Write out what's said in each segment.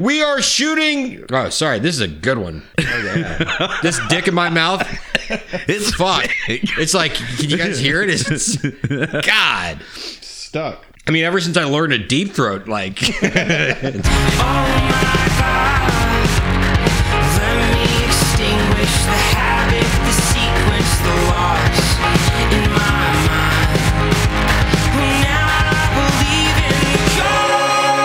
We are shooting. Oh, sorry. This is a good one. this dick in my mouth. It's Fuck. It's like, can you guys hear it? It's, God. Stuck. I mean, ever since I learned a deep throat, like, Let me extinguish the habit, the sequence, the loss in my mind. Now I believe in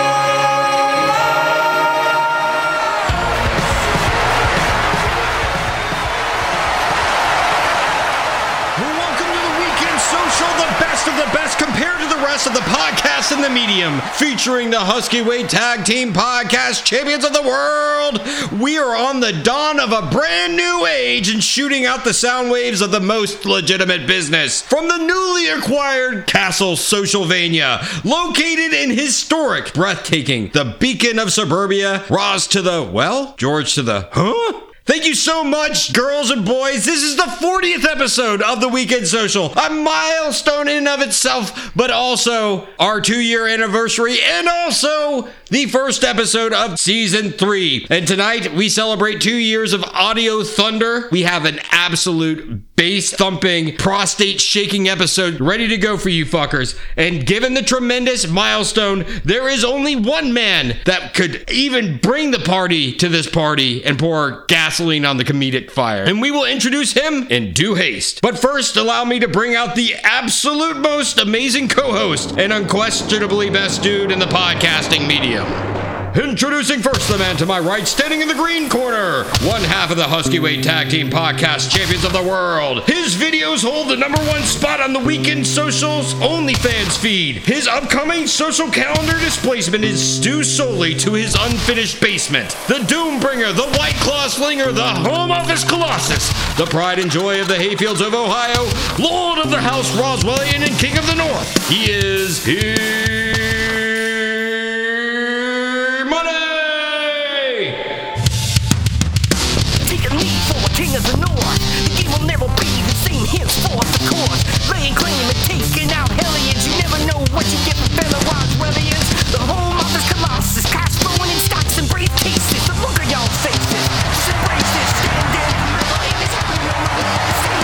Well, welcome to the Weekend Social, the best of the best compared to the rest of the podcast in the medium, featuring the Husky Weight Tag Team Podcast Champions of the World. We are on the dawn of a brand new age and shooting out the sound waves of the most legitimate business from the newly acquired Castle Socialvania, located in historic, breathtaking, the beacon of suburbia, Ross to the, well, George to the, huh? Thank you so much, girls and boys. This is the 40th episode of the Weekend Social, a milestone in and of itself, but also our two year anniversary and also the first episode of season three. And tonight we celebrate two years of audio thunder. We have an absolute bass thumping, prostate shaking episode ready to go for you fuckers. And given the tremendous milestone, there is only one man that could even bring the party to this party and pour gasoline on the comedic fire. And we will introduce him in due haste. But first, allow me to bring out the absolute most amazing co host and unquestionably best dude in the podcasting medium. Introducing first the man to my right, standing in the green corner, one half of the Husky Weight Tag Team Podcast Champions of the World. His videos hold the number one spot on the Weekend Socials OnlyFans feed. His upcoming social calendar displacement is due solely to his unfinished basement. The Doombringer, the White Claw Slinger, the Home Office Colossus, the pride and joy of the hayfields of Ohio, Lord of the House Roswellian and King of the North. He is here. Money! Take a knee for a king of the north. The game will never be the same henceforth, of course. Laying claim and taking out hellions. You never know what you get from fellow Roswellians. The home office colossus, cops throwing in stocks and briefcases. The look of y'all faces. Just embrace this, stand in. Like this, we don't know what to say.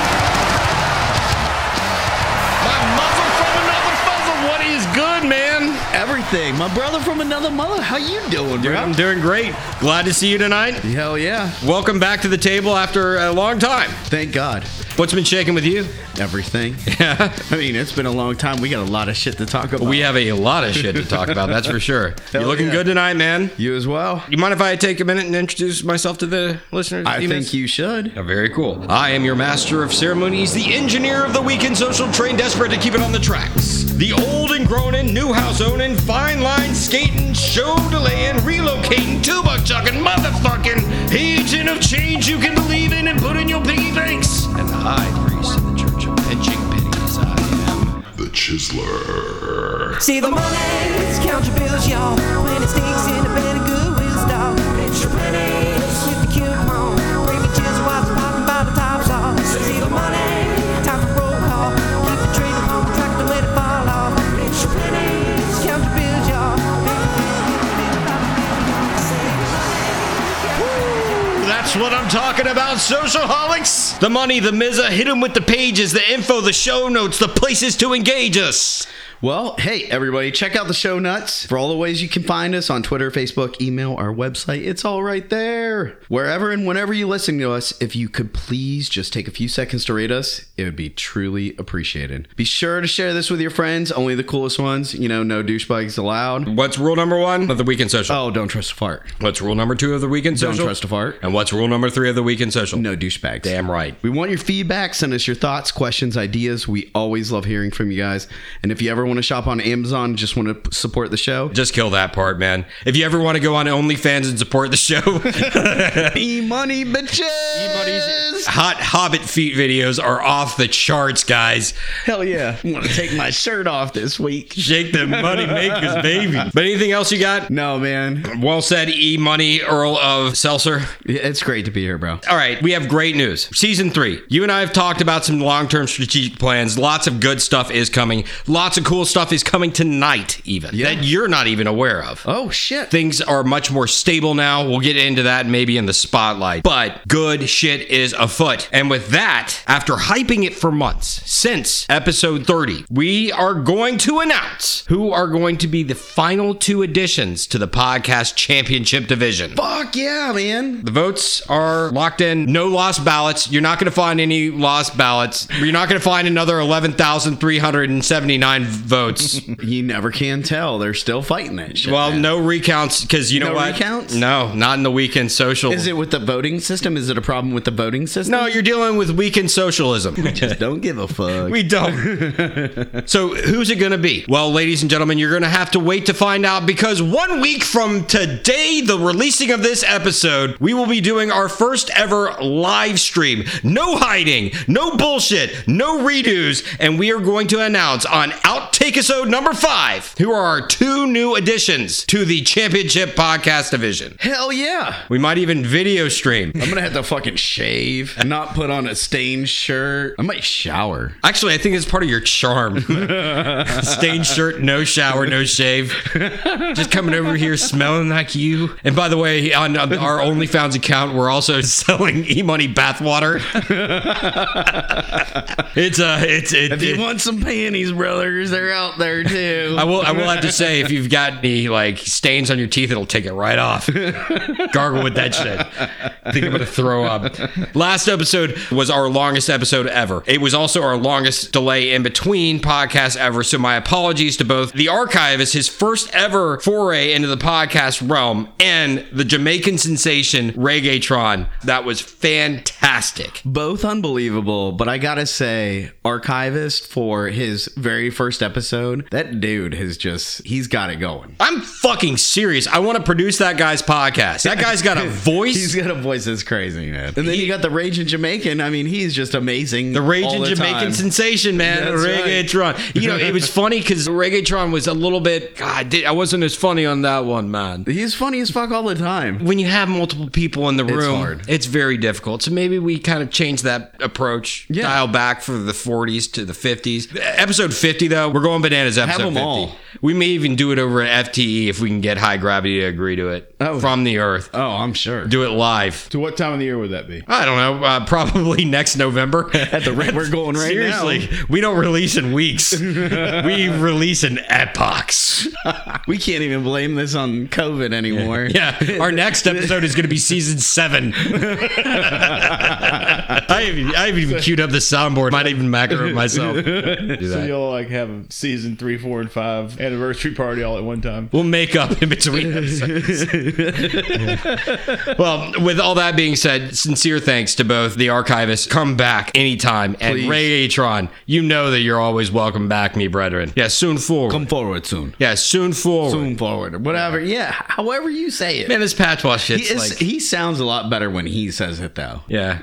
My muzzle from another fuzzle. What is good, man? everything. My brother from another mother. How you doing, Dude, bro? I'm doing great. Glad to see you tonight. Hell yeah! Welcome back to the table after a long time. Thank God. What's been shaking with you? Everything. I mean, it's been a long time. We got a lot of shit to talk about. We have a lot of shit to talk about, that's for sure. You Hell looking yeah. good tonight, man? you as well. You mind if I take a minute and introduce myself to the listeners? I Demons? think you should. Yeah, very cool. I am your master of ceremonies, the engineer of the weekend social train, desperate to keep it on the tracks. The old and groaning, new house owning, fine line skating, show delaying, relocating, two buck chucking, motherfucking agent of change you can believe in and put in your piggy banks. And the high priest of the church of pinching pennies, I am. The Chisler. See the money, count your bills, y'all. When it stinks in the bed of Goodwill store, it's your penny with the coupon. Bring me just what's popping by the tops off. See the money, time for roll call. Keep the train on track, don't let it fall off. It's your penny, count your bills, y'all. That's what I'm talking about, socialholics. The money, the mizza, hit 'em with the pages, the info, the show notes, the places to engage us. Well, hey everybody, check out the show nuts for all the ways you can find us on Twitter, Facebook, email, our website. It's all right there. Wherever and whenever you listen to us, if you could please just take a few seconds to rate us, it would be truly appreciated. Be sure to share this with your friends, only the coolest ones. You know, no douchebags allowed. What's rule number one of the weekend social? Oh, don't trust a fart. What's rule number two of the weekend Don't social? trust a fart. And what's rule number three of the weekend social? No douchebags. Damn right. We want your feedback. Send us your thoughts, questions, ideas. We always love hearing from you guys. And if you ever want to shop on Amazon, just want to support the show, Just kill that part, man. If you ever want to go on OnlyFans and support the show, E money, bitches. E Everybody's hot hobbit feet videos are off the charts, guys. Hell yeah. I'm gonna take my shirt off this week. Shake the money makers, baby. But anything else you got? No, man. Well said, E Money, Earl of Seltzer. It's great to be here, bro. All right, we have great news. Season three. You and I have talked about some long term strategic plans. Lots of good stuff is coming. Lots of cool stuff is coming tonight, even Yeah. that you're not even aware of. Oh shit. Things are much more stable now. We'll get into that maybe in the spotlight. But good shit is afoot. And with that, after hyping it for months, since episode 30, we are going to announce who are going to be the final two additions to the podcast championship division. Fuck yeah, man. The votes are locked in. No lost ballots. You're not going to find any lost ballots. You're not going to find another 11,379 votes. You never can tell. They're still fighting that shit. well, man. no recounts because you know No what? recounts? No, not in the weekend social. Is it with the voting system? Is it a problem with the voting system? no, you're dealing with weekend socialism. just don't give a fuck. We don't. so, who's it going to be? Well, ladies and gentlemen, you're going to have to wait to find out because one week from today, the releasing of this episode, we will be doing our first ever live stream. No hiding, no bullshit, no redos, and we are going to announce on Outtake Episode number five who are our two new additions to the Championship Podcast Division. Hell yeah. We might even video stream. I'm gonna have to fucking shave, not put on a stained shirt. I might shower. Actually, I think it's part of your charm. Stained shirt, no shower, no shave. Just coming over here smelling like you. And by the way, on on our OnlyFans account, we're also selling e-money bathwater. it's uh, it's it. If you it- want some panties, brothers, they're out there too. I will. I will have to say, if you've got any like stains on your teeth, it'll take it right off. Gargle with that shit. I think I'm gonna throw up. Last episode was our longest episode ever. It was also our longest delay in between podcasts ever. So my apologies to both the archivist, his first ever foray into the podcast realm, and the Jamaican sensation Reggaetron. That was fantastic. Both unbelievable, but I gotta say, Archivist for his very first episode, that dude has just, he's got it going. I'm fucking serious. I want to produce that guy's podcast. That guy's got a voice. He's got a voice that's crazy, man. And then you got the Raging Jamaican. I mean, he's just amazing. The all raging the Jamaican time. sensation, man, That's Reggaetron. You know, it was funny because Reggaetron was a little bit. God, I did- I wasn't as funny on that one, man. He's funny as fuck all the time. When you have multiple people in the room, it's, hard. very difficult. So maybe we kind of change that approach, Yeah. dial back from the 40s to the 50s. Episode 50, though, we're going bananas. Episode 'em 50. all. We may even do it over at FTE if we can get high gravity to agree to it Oh. from the Earth. Oh, I'm sure. Do it live. So what time of the year would that be? I don't know. Uh, probably next November. At the rate we're going right Seriously, we don't release in weeks. we release in epochs. now, we can't even blame this on COVID anymore. Yeah, our next episode is going to be season seven. I haven't, I haven't even queued up the soundboard. Might even macro it myself. Do So that. you'll like have season three, four, and five anniversary party all at one time. We'll make up in between episodes. well, with all that being said, sincere thanks to both the archivists. Come back anytime. And Please. Ray Atron, you know that you're always welcome back, me brethren. Yeah, soon forward. Come forward soon. yeah, soon forward. Boom forward or whatever. Yeah, however you say it. Man, this patois shit's he, is, like. he sounds a lot better when he says it though. Yeah.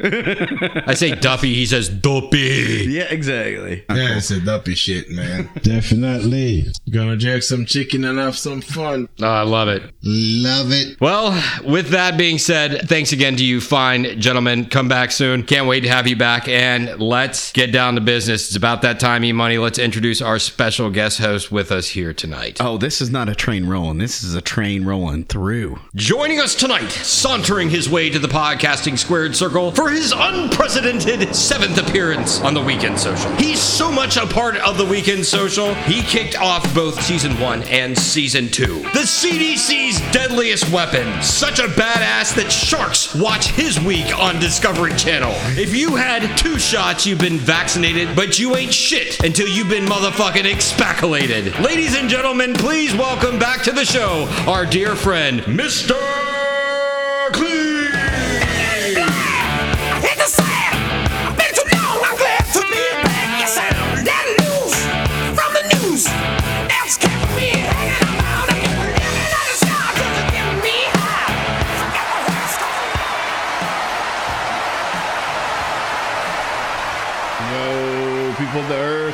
I say Duffy, he says Duffy. Yeah, exactly. Yeah, it's a dumpy shit, man. Definitely. Gonna jerk some chicken and have some fun. Oh, I love it. Love it. Well, with that being said, thanks again to you fine gentlemen. Come back soon. Can't wait to have you back. And let's get down to business. It's about that time, E-Money. Let's introduce our special guest host with us here tonight. Oh, this is not a train rolling. This is a train rolling through. Joining us tonight, sauntering his way to the podcasting squared circle for his unprecedented seventh appearance on the Weekend Social. He's so much a part of the Weekend Social, he kicked off both season one and season two. The CDC's deadliest weapon, such a badass that sharks watch his week on Discovery Channel. If you had two shots, you've been vaccinated, but you ain't shit until you've been motherfucking expacolated. Ladies and gentlemen, please welcome back to the show our dear friend, Mr. Clean. Hit the sand. I've been too long. I'm glad to be back. Yes, I'm that news from the news. That's kept me hanging about and living on the side. Cause it me high. Forget the rest of the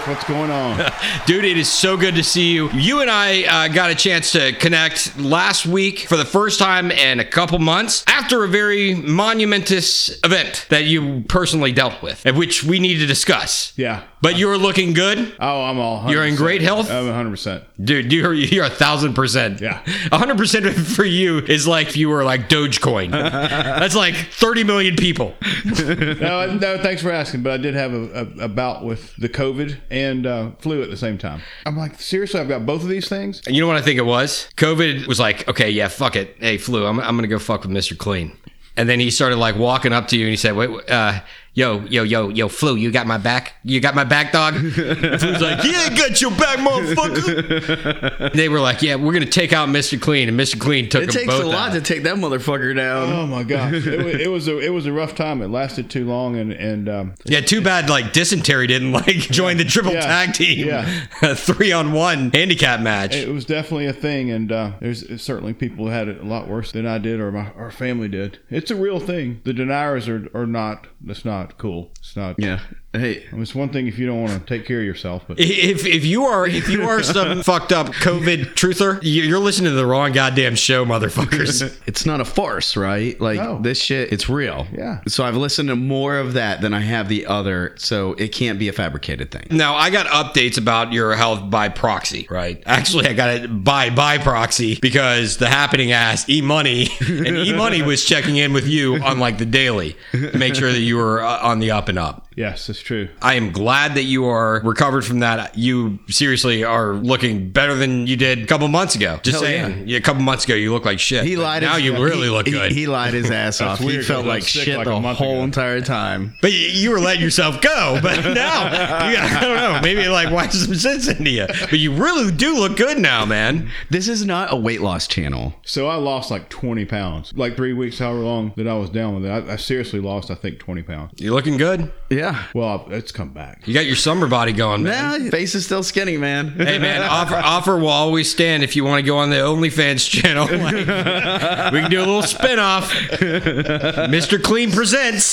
What's going on? Dude, it is so good to see you. You and I uh, got a chance to connect last week for the first time in a couple months after a very monumentous event that you personally dealt with, and which we need to discuss. yeah. But you're looking good. Oh, I'm all. 100%. You're in great health? I'm 100. percent Dude, you're you're a thousand percent. Yeah. a hundred percent for you is like if you were like Dogecoin. That's like thirty million people. No, no. Thanks for asking, but I did have a, a, a bout with the COVID and uh, flu at the same time. I'm like, seriously, I've got both of these things. And you know what I think it was? COVID was like, okay, yeah, fuck it. Hey, flu, I'm I'm gonna go fuck with Mister Clean. And then he started like walking up to you and he said, wait, uh, yo, yo, yo, yo, flu, you got my back? You got my back, dog? And flu's like, yeah, I got your back, motherfucker. they were like, yeah, we're gonna take out Mister Clean, and Mister Clean took It them takes both a lot out. to take that motherfucker down. Oh my gosh, it was, it was a it was a rough time. It lasted too long, and and um, Yeah, too bad like dysentery didn't like join the triple Yeah. tag team Yeah. three on one handicap match. It was definitely a thing, and uh, there's certainly people who had it a lot worse than I did or my our family did. It's a real thing. The deniers are, are not. That's not cool. It's not. Yeah. Hey, I mean, it's one thing if you don't want to take care of yourself, but if if you are if you are some fucked up COVID truther, you- you're listening to the wrong goddamn show, motherfuckers. it's not a farce, right? Like No. this shit, it's real. Yeah. So I've listened to more of that than I have the other, so it can't be a fabricated thing. now I got updates about your health by proxy, right? Actually, I got it by by proxy because the happening ass E Money and E Money was checking in with you on like the daily to make sure that you were uh, on the up and up. yes, it's true. I am glad that you are recovered from that. You seriously are looking better than you did a couple months ago. Just Hell saying, yeah. a couple months ago you looked like shit. He but lied. Now his, you really he- look he- good. He, lied his ass off. weird, he felt 'cause I like was sick shit like a the month whole ago. entire time. but you- you were letting yourself go. But now, you got, I don't know. Maybe it, like watch some sense into you. But you really do look good now, man. This is not a weight loss channel. So I lost like 20 pounds, like three weeks, however long that I was down with it. I, I seriously lost, I think, 20 pounds. You're looking good. Yeah. Well, it's come back. You got your summer body going, man. Nah, your face is still skinny, man. Hey man, offer offer will always stand if you want to go on the OnlyFans channel. Like, we can do a little spin-off. Mr. Clean presents.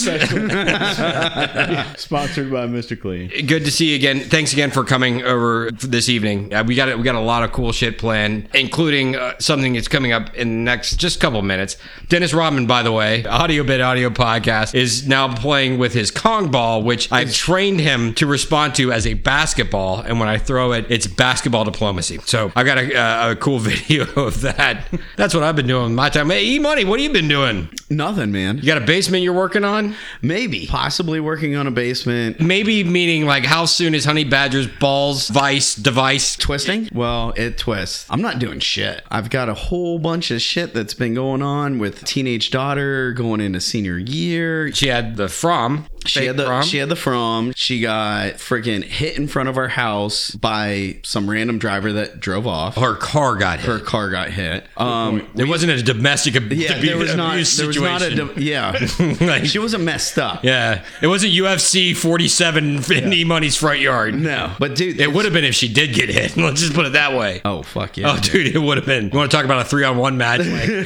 Sponsored by Mr. Clean. good to see you again. Thanks again for coming over this evening. Uh, we got we got a lot of cool shit planned, including uh, something that's coming up in the next just couple minutes. Dennis Rodman, by the way, Audio Bit Audio Podcast is now playing with his Kong ball, which I've trained him to respond to as a basketball. And when I throw it, it's basketball diplomacy. So I got a, uh, a cool video of that. That's what I've been doing with my time. Hey, E Money, what have you been doing? Nothing, man. You got a basement you're working on? Maybe. Possibly working on a basement. Maybe meaning like how soon is Honey Badger's balls vice device Twisting? Well, it twists. I'm not doing shit. I've got a whole bunch of shit that's been going on with teenage daughter going into senior year. She had the from. She fake had the from. she had the from. She got freaking hit in front of our house by some random driver that drove off. Her, her car got hit. car got hit. Um, it wasn't a domestic ab- yeah, there was not abuse there was situation. not a de- yeah. Like, she wasn't messed up. yeah, it wasn't UFC 47 in E Money's front yard. No, but dude, It would have been if she did get hit. Let's just put it that way. Oh fuck yeah! Oh, dude, it would have been. You want to talk about a three on one match?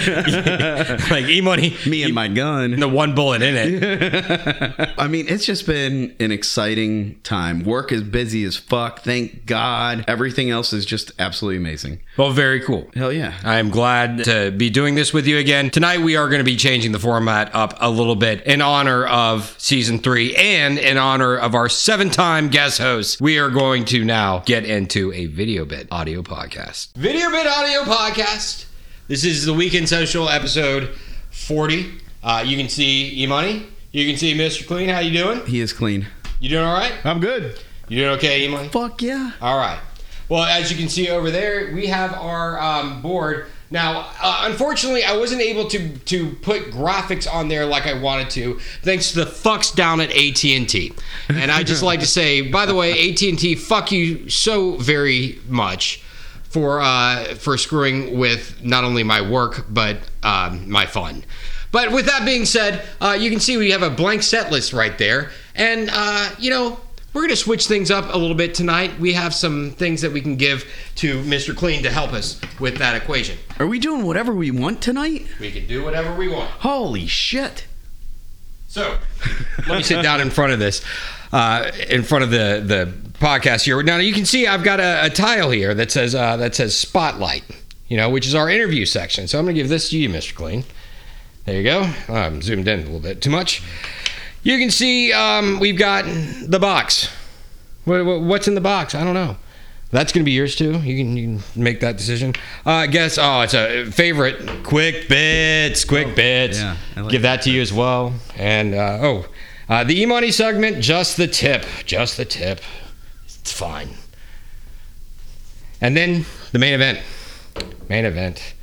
Like, like E Money, Me and my gun. the one bullet in it. I mean, it's just been an exciting time. Work is busy as fuck. Thank God. Everything else is just absolutely amazing. Well, very cool. Hell yeah. I am glad to be doing this with you again. Tonight, we are going to be changing the format up a little bit in honor of season three and in honor of our seven time guest host. We are going to now get into a video bit audio podcast. Video bit audio podcast. This is the Weekend Social episode 40. Uh, you can see Imani. You can see Mr. Clean. How you doing? He is clean. You doing all right? I'm good. You doing okay, Imani? Fuck yeah. All right. Well, as you can see over there, we have our um, board. Now, uh, unfortunately, I wasn't able to to put graphics on there like I wanted to, thanks to the fucks down at AT and T. And I just like to say, by the way, AT and T, fuck you so very much for uh, for screwing with not only my work but um, my fun. But with that being said, uh, you can see we have a blank set list right there, and uh, you know we're gonna switch things up a little bit tonight. We have some things that we can give to Mr. Clean to help us with that equation. Are we doing whatever we want tonight? We can do whatever we want. Holy shit. So let me sit down in front of this, uh, in front of the the podcast here. Now you can see I've got a, a tile here that says uh, that says spotlight, you know, which is our interview section. So I'm gonna give this to you, Mr. Clean. There you go. I'm zoomed in a little bit too much. You can see um, we've got the box. What, what, what's in the box? I don't know. That's gonna be yours too. You can, you can make that decision. Uh, guess. Oh, it's a favorite. Quick bits. Quick bits. Oh, yeah, I like Give that to you as well. And uh, oh, uh, the Imani segment. Just the tip. Just the tip. It's fine. And then the main event. Main event.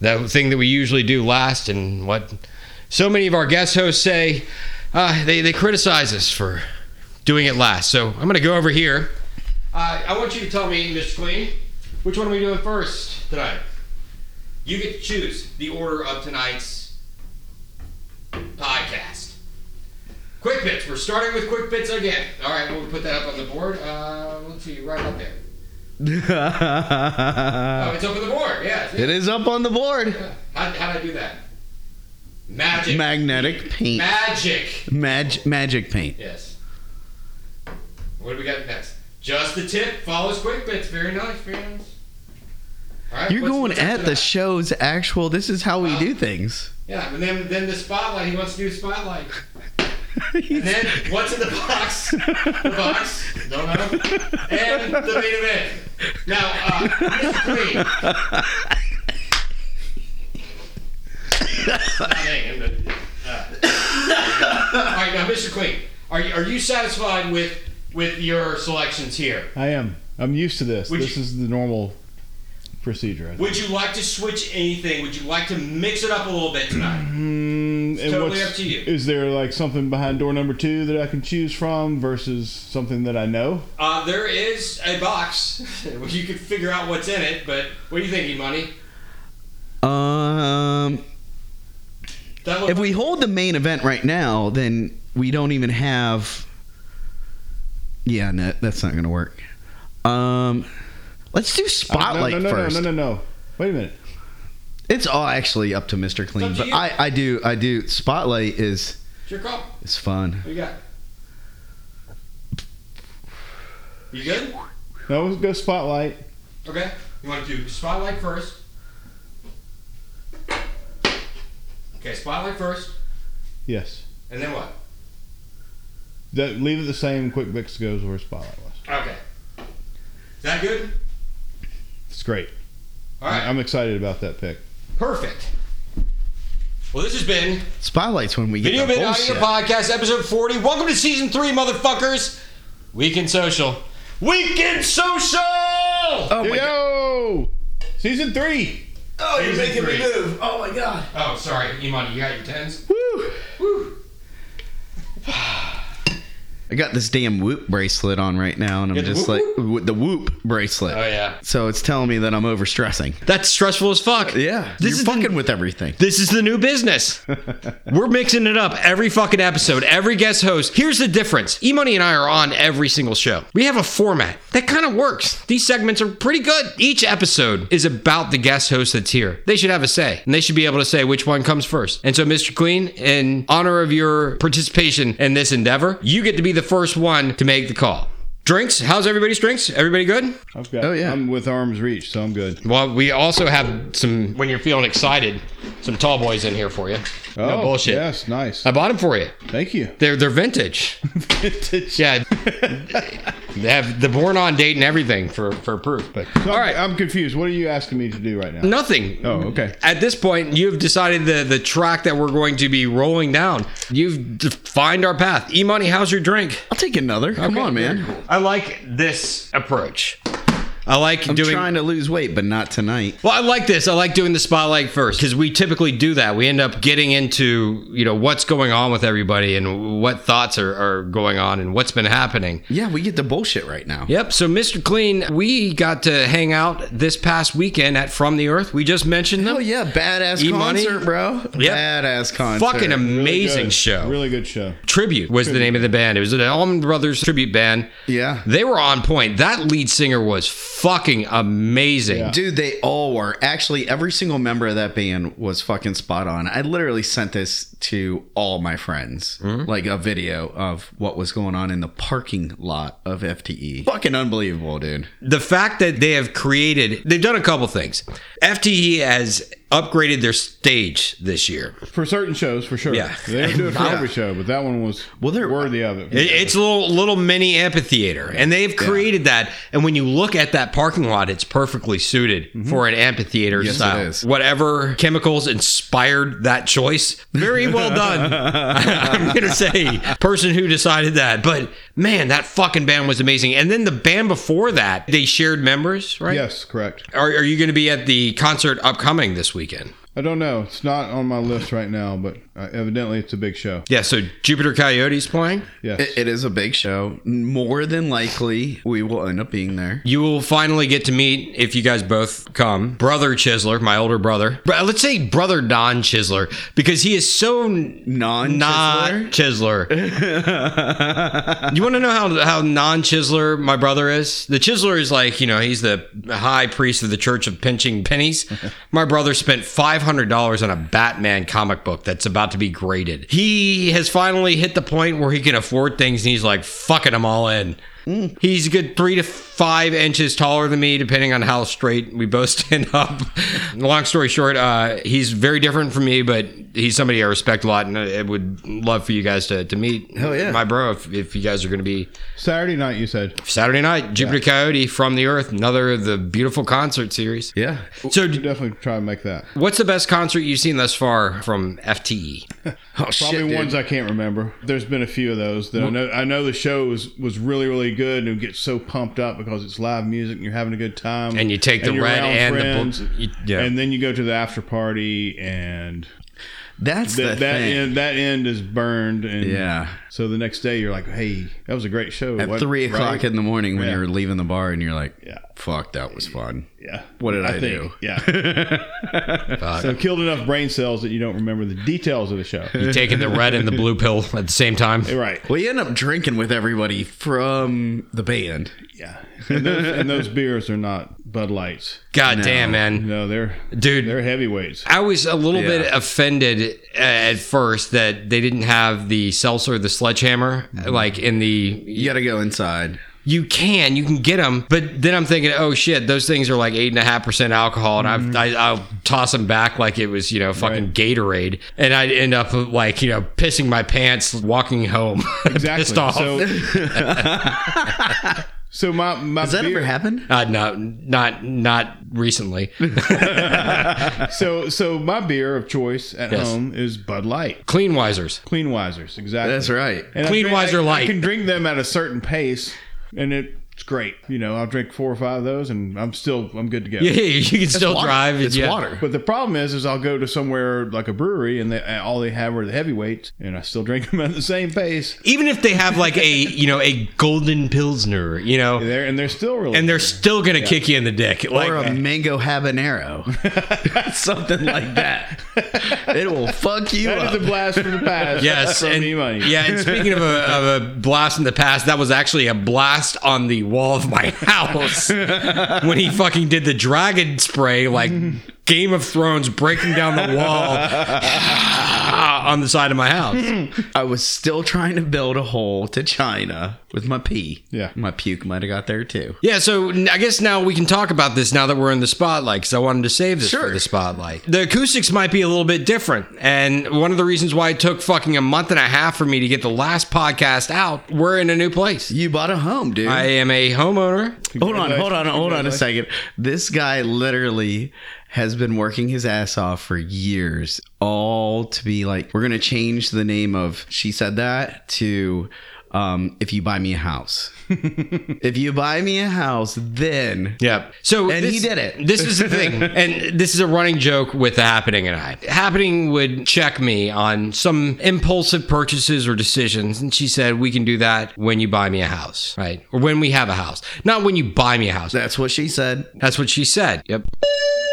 The thing that we usually do last, and what so many of our guest hosts say, uh, they they criticize us for doing it last. So I'm gonna go over here. Uh, I want you to tell me, Mr. Queen, which one are we doing first tonight? You get to choose the order of tonight's podcast. Quick bits. We're starting with quick bits again. All right, we'll put that up on the board. Uh, let's see, right up there. Oh, it's up on the board. Yeah. it is up on the board. How how did I do that? Magic. Magnetic paint. Magic. Mag- magic paint. Yes. What do we got next? Just the tip follows quick bits. Very nice. Very nice. All right, You're what's- going what's up at the tonight? show's actual. This is how we do things. Yeah, and then then the spotlight. He wants to do spotlight. He's- And then what's in the box? The box. Don't know. And the main event. Now, uh, Mr. Green. Not hanging, but, uh, all right, now, Mr. Queen, are you, are you satisfied with with your selections here? I am. I'm used to this. Would this you- is the normal procedure. I think. Would you like to switch anything? Would you like to mix it up a little bit tonight? Mm, and totally what's- up to you. Is there like something behind door number two that I can choose from versus something that I know? Uh, there is a box. you can figure out what's in it, but what do you think, Imani? Um, That if look- we hold the main event right now, then we don't even have. Yeah, no, that's not going to work. Um, let's Uh, do spotlight no, no, no, first. No, no, no, no. Wait a minute. It's all actually up to Mr. Clean, It's up to but you. I, I do I do spotlight is It's your call. What is fun. do you got? You good? No, let's go spotlight. Okay. You want to do spotlight first? Okay, spotlight first, Yes. and then what? That, leave it the same. Quick Bix goes where spotlight was. Okay. Is that good? It's great. All right. I'm excited about that pick. Perfect. Well, this has been Spotlight's when we get Video the Bit Audio bullshit. Podcast, episode 40. Welcome to season three, motherfuckers. Weekend Social. Weekend Social! Oh Here my we god! go! Season three. Oh, you're making me move. Oh my god. Oh, sorry, Imani, you got your tens. I got this damn whoop bracelet on right now, and I'm the just whoop like w- the whoop bracelet. Oh yeah. So it's telling me that I'm overstressing. That's stressful as fuck. Yeah, This you're is the- fucking with everything. This is the new business. We're mixing it up every fucking episode, every guest host. Here's the difference. E-Money and I are on every single show. We have a format that kind of works. These segments are pretty good. Each episode is about the guest host that's here. They should have a say, and they should be able to say which one comes first. And so, Mr. Clean, in honor of your participation in this endeavor, you get to be the first one to make the call. Drinks? How's everybody's drinks? Everybody good? I've got. Oh, yeah. I'm with arm's reach, so I'm good. Well, we also have some, when you're feeling excited, some tall boys in here for you. Oh no bullshit. Yes, nice. I bought them for you. Thank you. They're they're vintage. Yeah, they have the born on date and everything for for proof. But So all I'm- right, I'm confused. What are you asking me to do right now? nothing. Oh, okay. At this point, you've decided the the track that we're going to be rolling down. You've defined our path. E money, how's your drink? I'll take another. Come on, man. I like this approach. I like I'm doing. trying to lose weight, but not tonight. Well, I like this. I like doing the spotlight first because we typically do that. We end up getting into you know what's going on with everybody and what thoughts are, are going on and what's been happening. Yeah, we get the bullshit right now. Yep. So, Mr. Clean, we got to hang out this past weekend at From the Earth. We just mentioned them. Oh yeah, badass E-money? concert, bro. Yep. Badass concert. Fucking amazing good. show. Really good show. Tribute was the name of the band. It was an Allman Brothers tribute band. Yeah. They were on point. That lead singer was fucking amazing. Dude, they all were. Actually, every single member of that band was fucking spot on. I literally sent this to all my friends, like a video of what was going on in the parking lot of FTE. Fucking unbelievable, dude. the fact that they have created they've done a couple things fte has upgraded their stage this year for certain shows, for sure. Yeah. they don't do it for every show, but that one was well, they're- worthy of it. It- it's a little, little mini amphitheater and they've created that and when you look at that parking lot it's perfectly suited for an amphitheater Mm-hmm. Yes, it style is. whatever chemicals inspired that choice very well done i'm gonna say person who decided that but man that fucking band was amazing and then the band before that they shared members right Yes, correct. are, are you going to be at the concert upcoming this weekend? I don't know. It's not on my list right now, but uh, evidently it's a big show. Yeah, so Jupiter Coyotes playing. Yes. It, it is a big show. More than likely, we will end up being there. You will finally get to meet, if you guys both come, Brother Chisler, my older brother. Br- Let's say Brother Don Chisler, because he is so Non non Chisler. you want to know how, how non Chisler my brother is? The Chisler is like, you know, he's the high priest of the Church of Pinching Pennies. my brother spent $500 on a Batman comic book that's about to be graded. He has finally hit the point where he can afford things and he's like, fucking them all in. Mm. He's a good three to five inches taller than me, depending on how straight we both stand up. Long story short, uh, he's very different from me, but he's somebody I respect a lot, and I I would love for you guys to, to meet. Hell yeah. my bro, if, if you guys are going to be Saturday night, you said. Saturday night, Jupiter Coyote from the Earth, another of the beautiful concert series. Yeah. So, You definitely try and make that. what's the best concert you've seen thus far from E? FTE? Oh, Probably shit, dude. ones I can't remember. There's been a few of those that I know. I know the show was, was really really good, and you get so pumped up because it's live music and you're having a good time. And you take the you're red around and the blue- friends, you- yeah. And then you go to the after party, and That's the that that thing. end, that end is burned. And Yeah. So the next day you're like, hey, that was a great show. At What- three o'clock right? in the morning when Yeah. you're leaving the bar and you're like, Yeah. fuck, that was fun. Yeah. What did I think. do? Yeah. so killed enough brain cells that you don't remember the details of the show. Taking the red and the blue pill at the same time. right. Well, you end up drinking with everybody from the band. Yeah. And those, and those beers are not Bud Lights. God damn, man. No, they're Dude. They're heavyweights. I was a little bit offended uh, at first that they didn't have the seltzer, the sledgehammer, like in the. You got to go inside. You can, you can get them, but then I'm thinking, oh shit, those things are like eight and a half percent alcohol, and I've- I, I'll toss them back like it was, you know, fucking Right. Gatorade, and I'd end up like, you know, pissing my pants walking home, Exactly. pissed off. So, so my my Has that beer, ever happened? uh, no, not not recently. so so my beer of choice at Yes. home is Bud Light. Clean Wisers. Clean Wisers, exactly. That's right. And I Clean drink- Wiser I- Light. I can drink them at a certain pace, and it, it's great. You know, I'll drink four or five of those, and I'm still I'm good to go. Yeah, you can still water. drive. It's yeah. water. But the problem is, is I'll go to somewhere like a brewery, and they, and all they have are the heavyweights, and I still drink them at the same pace. Even if they have like a, you know, a golden pilsner, you know, There and they're still really and they're still gonna kick you in the dick. Like, uh, Or a mango habanero. Something like that. It will fuck you that up. is a blast from the past. yes, from and, E-Money. yeah. And speaking of a, of a blast in the past, that was actually a blast on the wall of my house when he fucking did the dragon spray, like Game of Thrones, breaking down the wall on the side of my house. I was still trying to build a hole to China with my pee. Yeah. My puke might have got there too. Yeah, so n- I guess now we can talk about this now that we're in the spotlight because I wanted to save this for Sure. the spotlight. The acoustics might be a little bit different. And one of the reasons why it took fucking a month and a half for me to get the last podcast out, we're in a new place. You bought a home, dude. I am a homeowner. hold on, hold on, hold on a Congratulations. second. This guy literally has been working his ass off for years, all to be like, we're going to change the name of She Said That to um, If You Buy Me a House. if you buy me a house, then. Yep. So And he did it. This is the thing, and this is a running joke with the happening and I. Happening would check me on some impulsive purchases or decisions, and she said, "We can do that when you buy me a house, right? Or when we have a house, not when you buy me a house." That's what she said. That's what she said. Yep.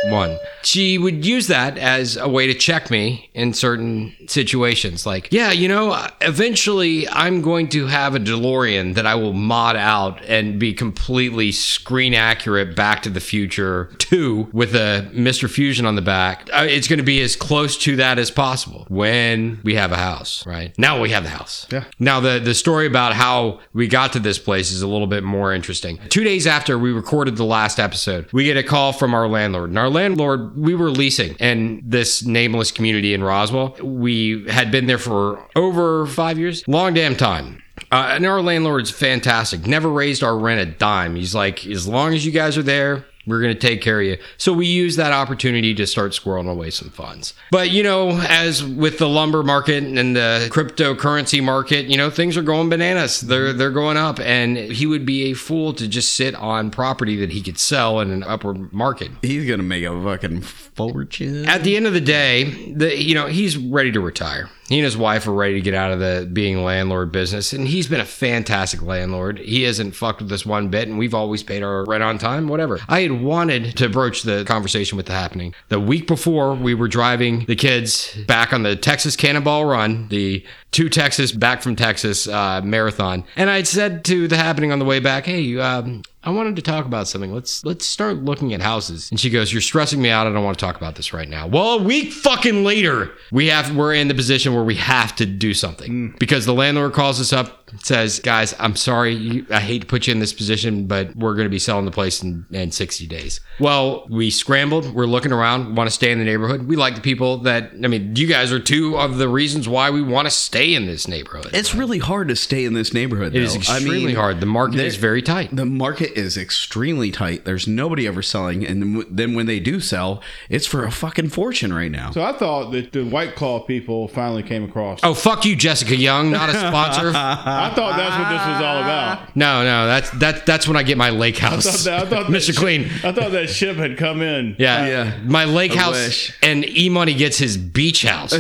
one. She would use that as a way to check me in certain situations. Like, yeah, you know, eventually I'm going to have a DeLorean that I will mod out and be completely screen accurate Back to the Future 2 with a Mr. Fusion on the back. Uh, It's going to be as close to that as possible when we have a house, right? Now we have the house. Yeah. Now the the story about how we got to this place is a little bit more interesting. 2 days after we recorded the last episode, we get a call from our landlord. And our landlord, we were leasing in this nameless community in Roswell. We had been there for over 5 years. Long damn time. Uh, and our landlord's fantastic. Never raised our rent a dime. He's like, as long as you guys are there, we're going to take care of you. So we use that opportunity to start squirreling away some funds. But, you know, as with the lumber market and the cryptocurrency market, you know, things are going bananas. They're they're going up and he would be a fool to just sit on property that he could sell in an upward market. He's gonna make a fucking fortune. At the end of the day, the you know he's ready to retire. He and his wife are ready to get out of the being landlord business, and he's been a fantastic landlord. He hasn't fucked with us one bit, and we've always paid our rent on time. Whatever. I had wanted to broach the conversation with the happening the week before. We were driving the kids back on the Texas Cannonball Run, the to Texas back from Texas uh, marathon, and I had said to the happening on the way back, "Hey, um, I wanted to talk about something. Let's let's start looking at houses. And she goes, "You're stressing me out. I don't want to talk about this right now." Well, a week fucking later, we have we're in the position where we have to do something Mm. because the landlord calls us up, says, "Guys, I'm sorry. You, I hate to put you in this position, but we're going to be selling the place in, in 60 days." Well, we scrambled. We're looking around. Want to stay in the neighborhood. We like the people that. I mean, you guys are two of the reasons why we want to stay in this neighborhood. It's really hard to stay in this neighborhood. It is though. extremely hard. The market there- is very tight. The market is extremely tight. There's nobody ever selling, and then, then when they do sell, it's for a fucking fortune right now. So I thought that the White Claw people finally came across. Oh fuck you, Jessica Young, not a sponsor. I thought that's what this was all about. No, no, that's that's that's when I get my lake house. I thought that, I thought that Mr. shi- Clean. I thought that ship had come in. Yeah. Yeah. My lake I house wish. and E Money gets his beach house.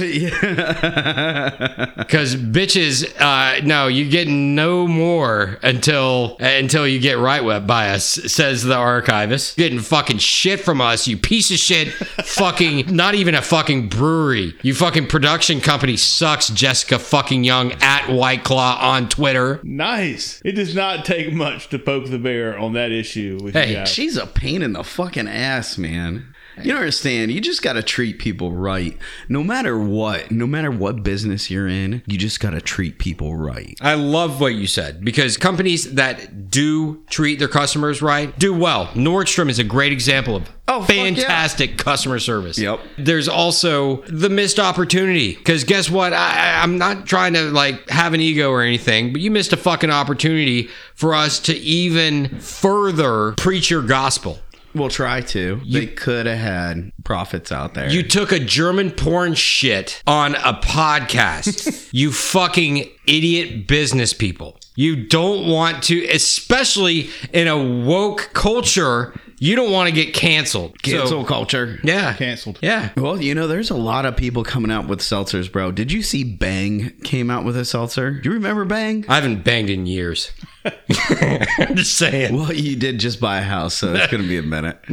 Because bitches, uh, no, you get no more until until you get right web by us, says the archivist. Getting fucking shit from us, you piece of shit. fucking not even a fucking brewery. You fucking production company sucks. Jessica fucking Young at White Claw on Twitter. Nice. It does not take much to poke the bear on that issue with Hey, you guys. She's a pain in the fucking ass, man. You don't understand. You just got to treat people right. No matter what, no matter what business you're in, you just got to treat people right. I love what you said because companies that do treat their customers right do well. Nordstrom is a great example of Oh, fuck yeah. fantastic customer service. Yep. There's also the missed opportunity because guess what? I, I- I'm not trying to like have an ego or anything, but you missed a fucking opportunity for us to even further preach your gospel. We'll try to. they could have had profits out there. You took a German porn shit on a podcast. you fucking idiot business people. You don't want to, especially in a woke culture, you don't want to get canceled. So- cancel culture. yeah. Canceled. Yeah. Well, you know, there's a lot of people coming out with seltzers, bro. Did you see Bang came out with a seltzer? Do you remember Bang? I haven't banged in years. I'm just saying. Well, you did just buy a house, so it's going to be a minute.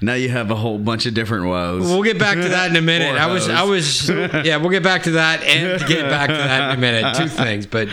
now you have a whole bunch of different woes. We'll get back to that in a minute. I was, I was, yeah. We'll get back to that and get back to that in a minute. Two things, but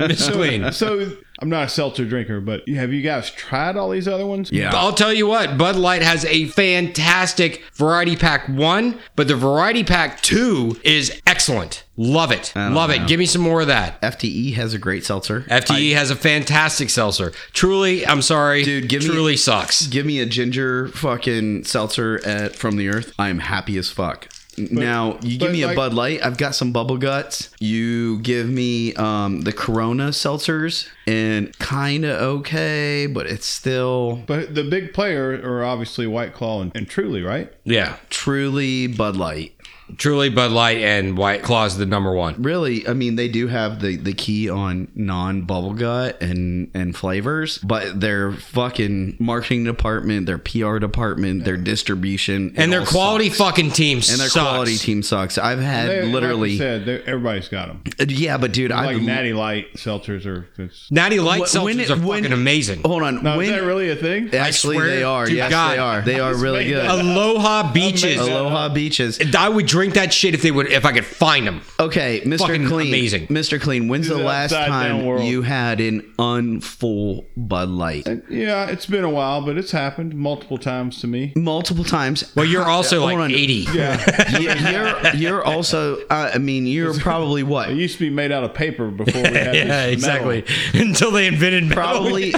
Miss Clean. So I'm not a seltzer drinker, but have you guys tried all these other ones? Yeah. I'll tell you what, Bud Light has a fantastic variety pack one, but the variety pack two is excellent. Love it. Love it. Give me some more of that. FTE E has a great seltzer. FTE has a fantastic seltzer. Truly, I'm sorry. Dude, give me- Truly sucks. Give me a ginger fucking seltzer at from the earth. I'm happy as fuck. now you give but me a like- Bud Light. I've got some bubble guts. You give me um, the Corona seltzers, and kind of okay, but it's still But the big player are obviously White Claw and, and Truly, right? Yeah. truly Bud Light. Truly, Bud Light and White Claw's the number one. Really, I mean, they do have the, the key on non bubblegut and and flavors, but their fucking marketing department, their PR department, their distribution, it And their all quality sucks. fucking team and their sucks. quality team sucks. I've had They- like you literally, said they- everybody's got them. yeah, but dude, Like I've Natty Light seltzers are. It's, Natty Light Wh- seltzers when it- are when- Oh, fucking amazing. Hold on, now, when is that really a thing? actually swear they are, to yes, God. they are, they are really made that good. up. Aloha Beaches. Aloha beaches. I would drink that shit if they would, if I could find them. Okay, Mr. Fucking Clean. amazing. Mr. Clean, when's This the is last upside down time world. you had an unfull Bud Light? Yeah, it's been a while, but it's happened multiple times to me. Multiple times. Well, you're also Hold like on. 80. you're, you're you're also uh, I mean you're probably what It used to be made out of paper before we had Yeah, this exactly. Until they invented metal. probably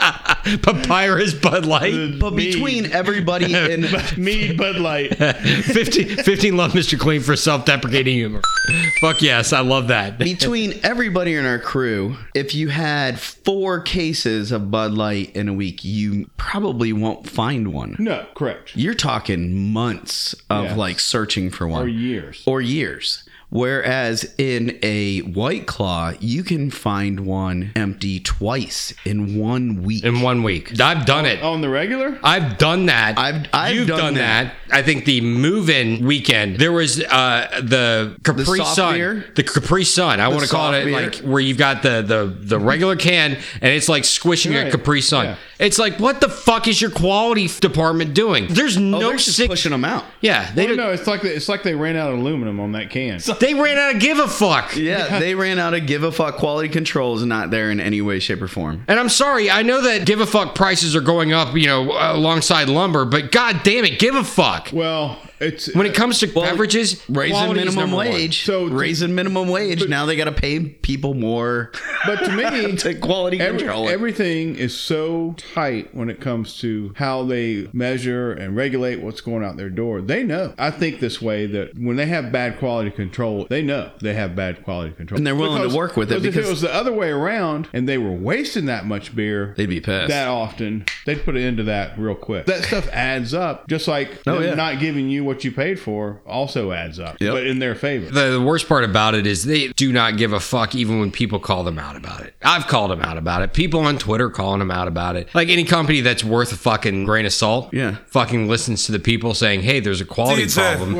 papyrus Bud Light. metal. but Me- between everybody and me Bud Light. 15, 15 love Mr. Clean for self-deprecating humor. Fuck yes, I love that. between everybody in our crew if you had four cases of Bud Light in a week you probably won't find one. No, correct. You're talking months of Yes. like searching for one For years. or years. Whereas in a White Claw, you can find one empty twice in one week. In one week, I've done it. On the regular? I've done that. I've- I've You've done done, that. I think the move-in weekend there was uh, the Capri soft Sun, beer? the Capri Sun. I want to call soft it beer? like where you've got the the the regular can and it's like squishing a Right, Capri Sun. yeah. It's like what the fuck is your quality f- department doing? There's Oh, no they're just sick. pushing them out. Yeah, they Well, don't Oh, no, it's like it's like they ran out of aluminum on that can. They ran out of give a fuck. Yeah, they ran out of give a fuck. Quality control is not there in any way, shape, or form. And I'm sorry, I know that give a fuck prices are going up, you know, alongside lumber, but god damn it, give a fuck. Well, it's When it comes to beverages, Raising quality is minimum number one. wage. So to- raising minimum wage. now they got to pay people more but to me to quality every- control. it. everything is so tight when it comes to how they measure and regulate what's going out their door. They know. I think this way that when they have bad quality control, they know they have bad quality control, And they're willing to work with it if because- it was the other way around and they were wasting that much beer, They'd be pissed. that often. They'd put an end to that real quick. That stuff adds up. Just like Oh, them yeah. not giving you what you paid for also adds up, Yep. but in their favor. The, the worst part about it is they do not give a fuck even when people call them out about it. I've called them out about it. People on Twitter calling them out about it. Like any company that's worth a fucking grain of salt, Yeah. fucking listens to the people saying, "Hey, there's a quality problem."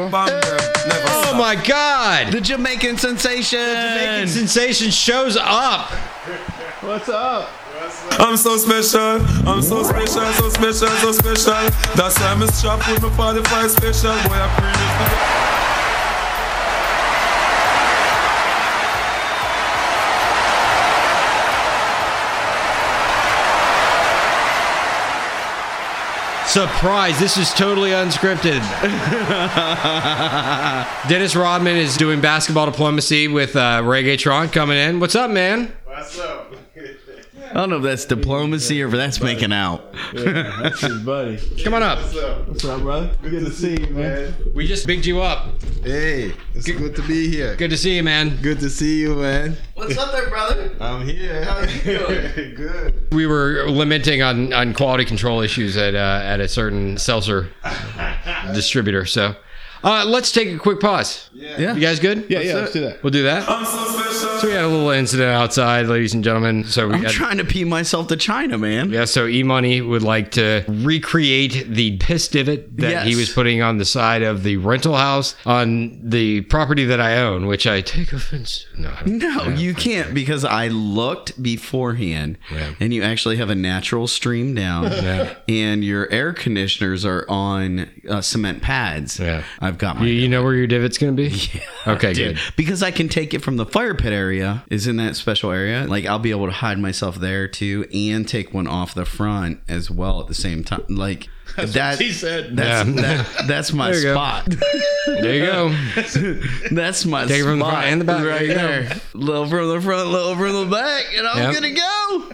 Oh my god. the Jamaican sensation. Making sensation shows up. What's up? I'm so special, I'm so special, so special, so special. That's why I'm a strap with my 45 special. Boy, I bring it to the Surprise, this is totally unscripted. Dennis Rodman is doing basketball diplomacy with uh, Reggaetron coming in. What's up, man? I don't know if that's diplomacy or if that's making out. That's his buddy. Come on up. What's up, brother? Good to see you, man. We just bigged you up. Hey, it's good, to be here. Good. Good to see you, man. to see you, man. What's up there, brother? I'm here. How you doing? good. We were lamenting on, on quality control issues at, uh, at a certain seltzer distributor. So uh, let's take a quick pause. Yeah. You guys good? Yeah, yeah, let's do that. We'll do that. I'm so special. So we had a little incident outside, ladies and gentlemen. So we I'm had- trying to pee myself to China, man. Yeah, so E Money would like to recreate the piss divot that Yes. he was putting on the side of the rental house on the property that I own, which I take offense to. No, I don't. No, you can't because I looked beforehand Yeah. and you actually have a natural stream down and your air conditioners are on uh, cement pads. Yeah. I've got You, my. you know where your divot's going to be? Okay, Dude, good. because I can take it from the fire pit area is in that special area. Like I'll be able to hide myself there too, and take one off the front as well at the same time. Like that's he said. That's Yeah. that, that's my you go. spot. There you go. That's my Take it spot. from the front and the back. right There you go. there. Little from the front, little from the back, and I'm Yep. gonna go.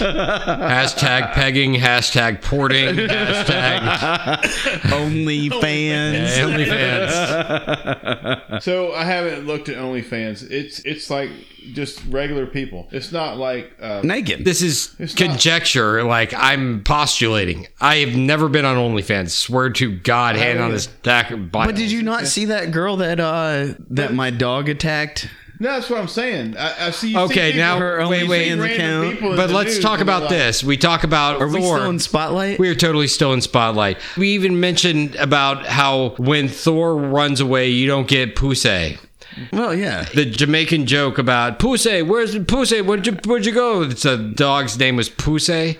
hashtag pegging, hashtag porting, hashtag OnlyFans. OnlyFans. So I haven't looked at OnlyFans. It's it's like just regular people. It's not like uh, Naked. This is It's not- conjecture. Like I'm postulating. I have never been on OnlyFans. Swear to God, hand on his back. but did you not see that girl that uh that my dog attacked? no. That's what I'm saying. I, I see. You Okay, see people- now- you Her wait, see wait. random account. people in But the let's news talk and they're about like, this. We talk about Are we Thor. still in spotlight? We are totally still in spotlight. We even mentioned about how when Thor runs away, you don't get Pusey. well, yeah. The Jamaican joke about Pusey, where's Pusey? Where'd you where'd you go? It's a dog's name was Pusey.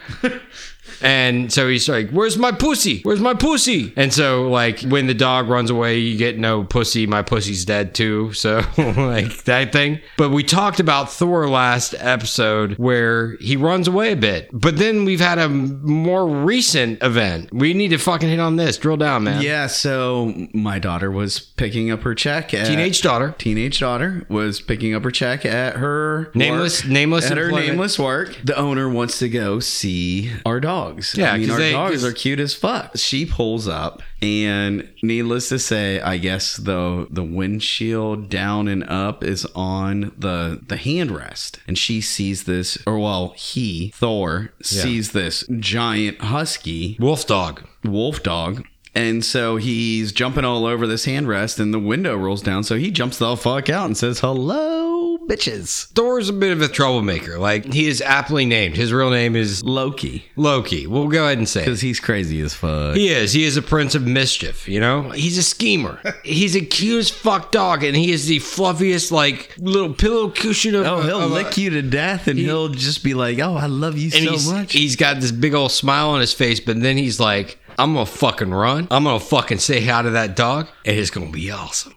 And so he's like, "Where's my pussy? Where's my pussy?" And so, like, when the dog runs away, you get no pussy. My pussy's dead too. So, like that thing. But we talked about Thor last episode where he runs away a bit. But then we've had a more recent event. We need to fucking hit on this. Drill down, man. Yeah, so my daughter was picking up her check at Teenage daughter. teenage daughter was picking up her check at her Nameless- work- nameless at her employment. nameless work. The owner wants to go see our dogs. Yeah, I mean 'cause our they- dogs 'cause- are cute as fuck. She pulls up, and needless to say, I guess the the windshield down and up is on the the handrest, and she sees this, or well, he Thor sees this giant husky Wolf dog. wolf dog. And so he's jumping all over this handrest, and the window rolls down. So he jumps the fuck out and says, "Hello, bitches." Thor's a bit of a troublemaker. Like he is aptly named. His real name is Loki, Loki. We'll go ahead and say it. because he's crazy as fuck. He is. He is a prince of mischief, you know? He's a schemer. He's a cute as fuck dog, and he is the fluffiest, like, little pillow cushion of oh, he'll of a- lick you to death, and he, will just be like, "Oh, I love you And so he's, much." he's got this big old smile on his face, but then he's like, I'm gonna fucking run. I'm gonna fucking say hi to that dog, and it's gonna be awesome.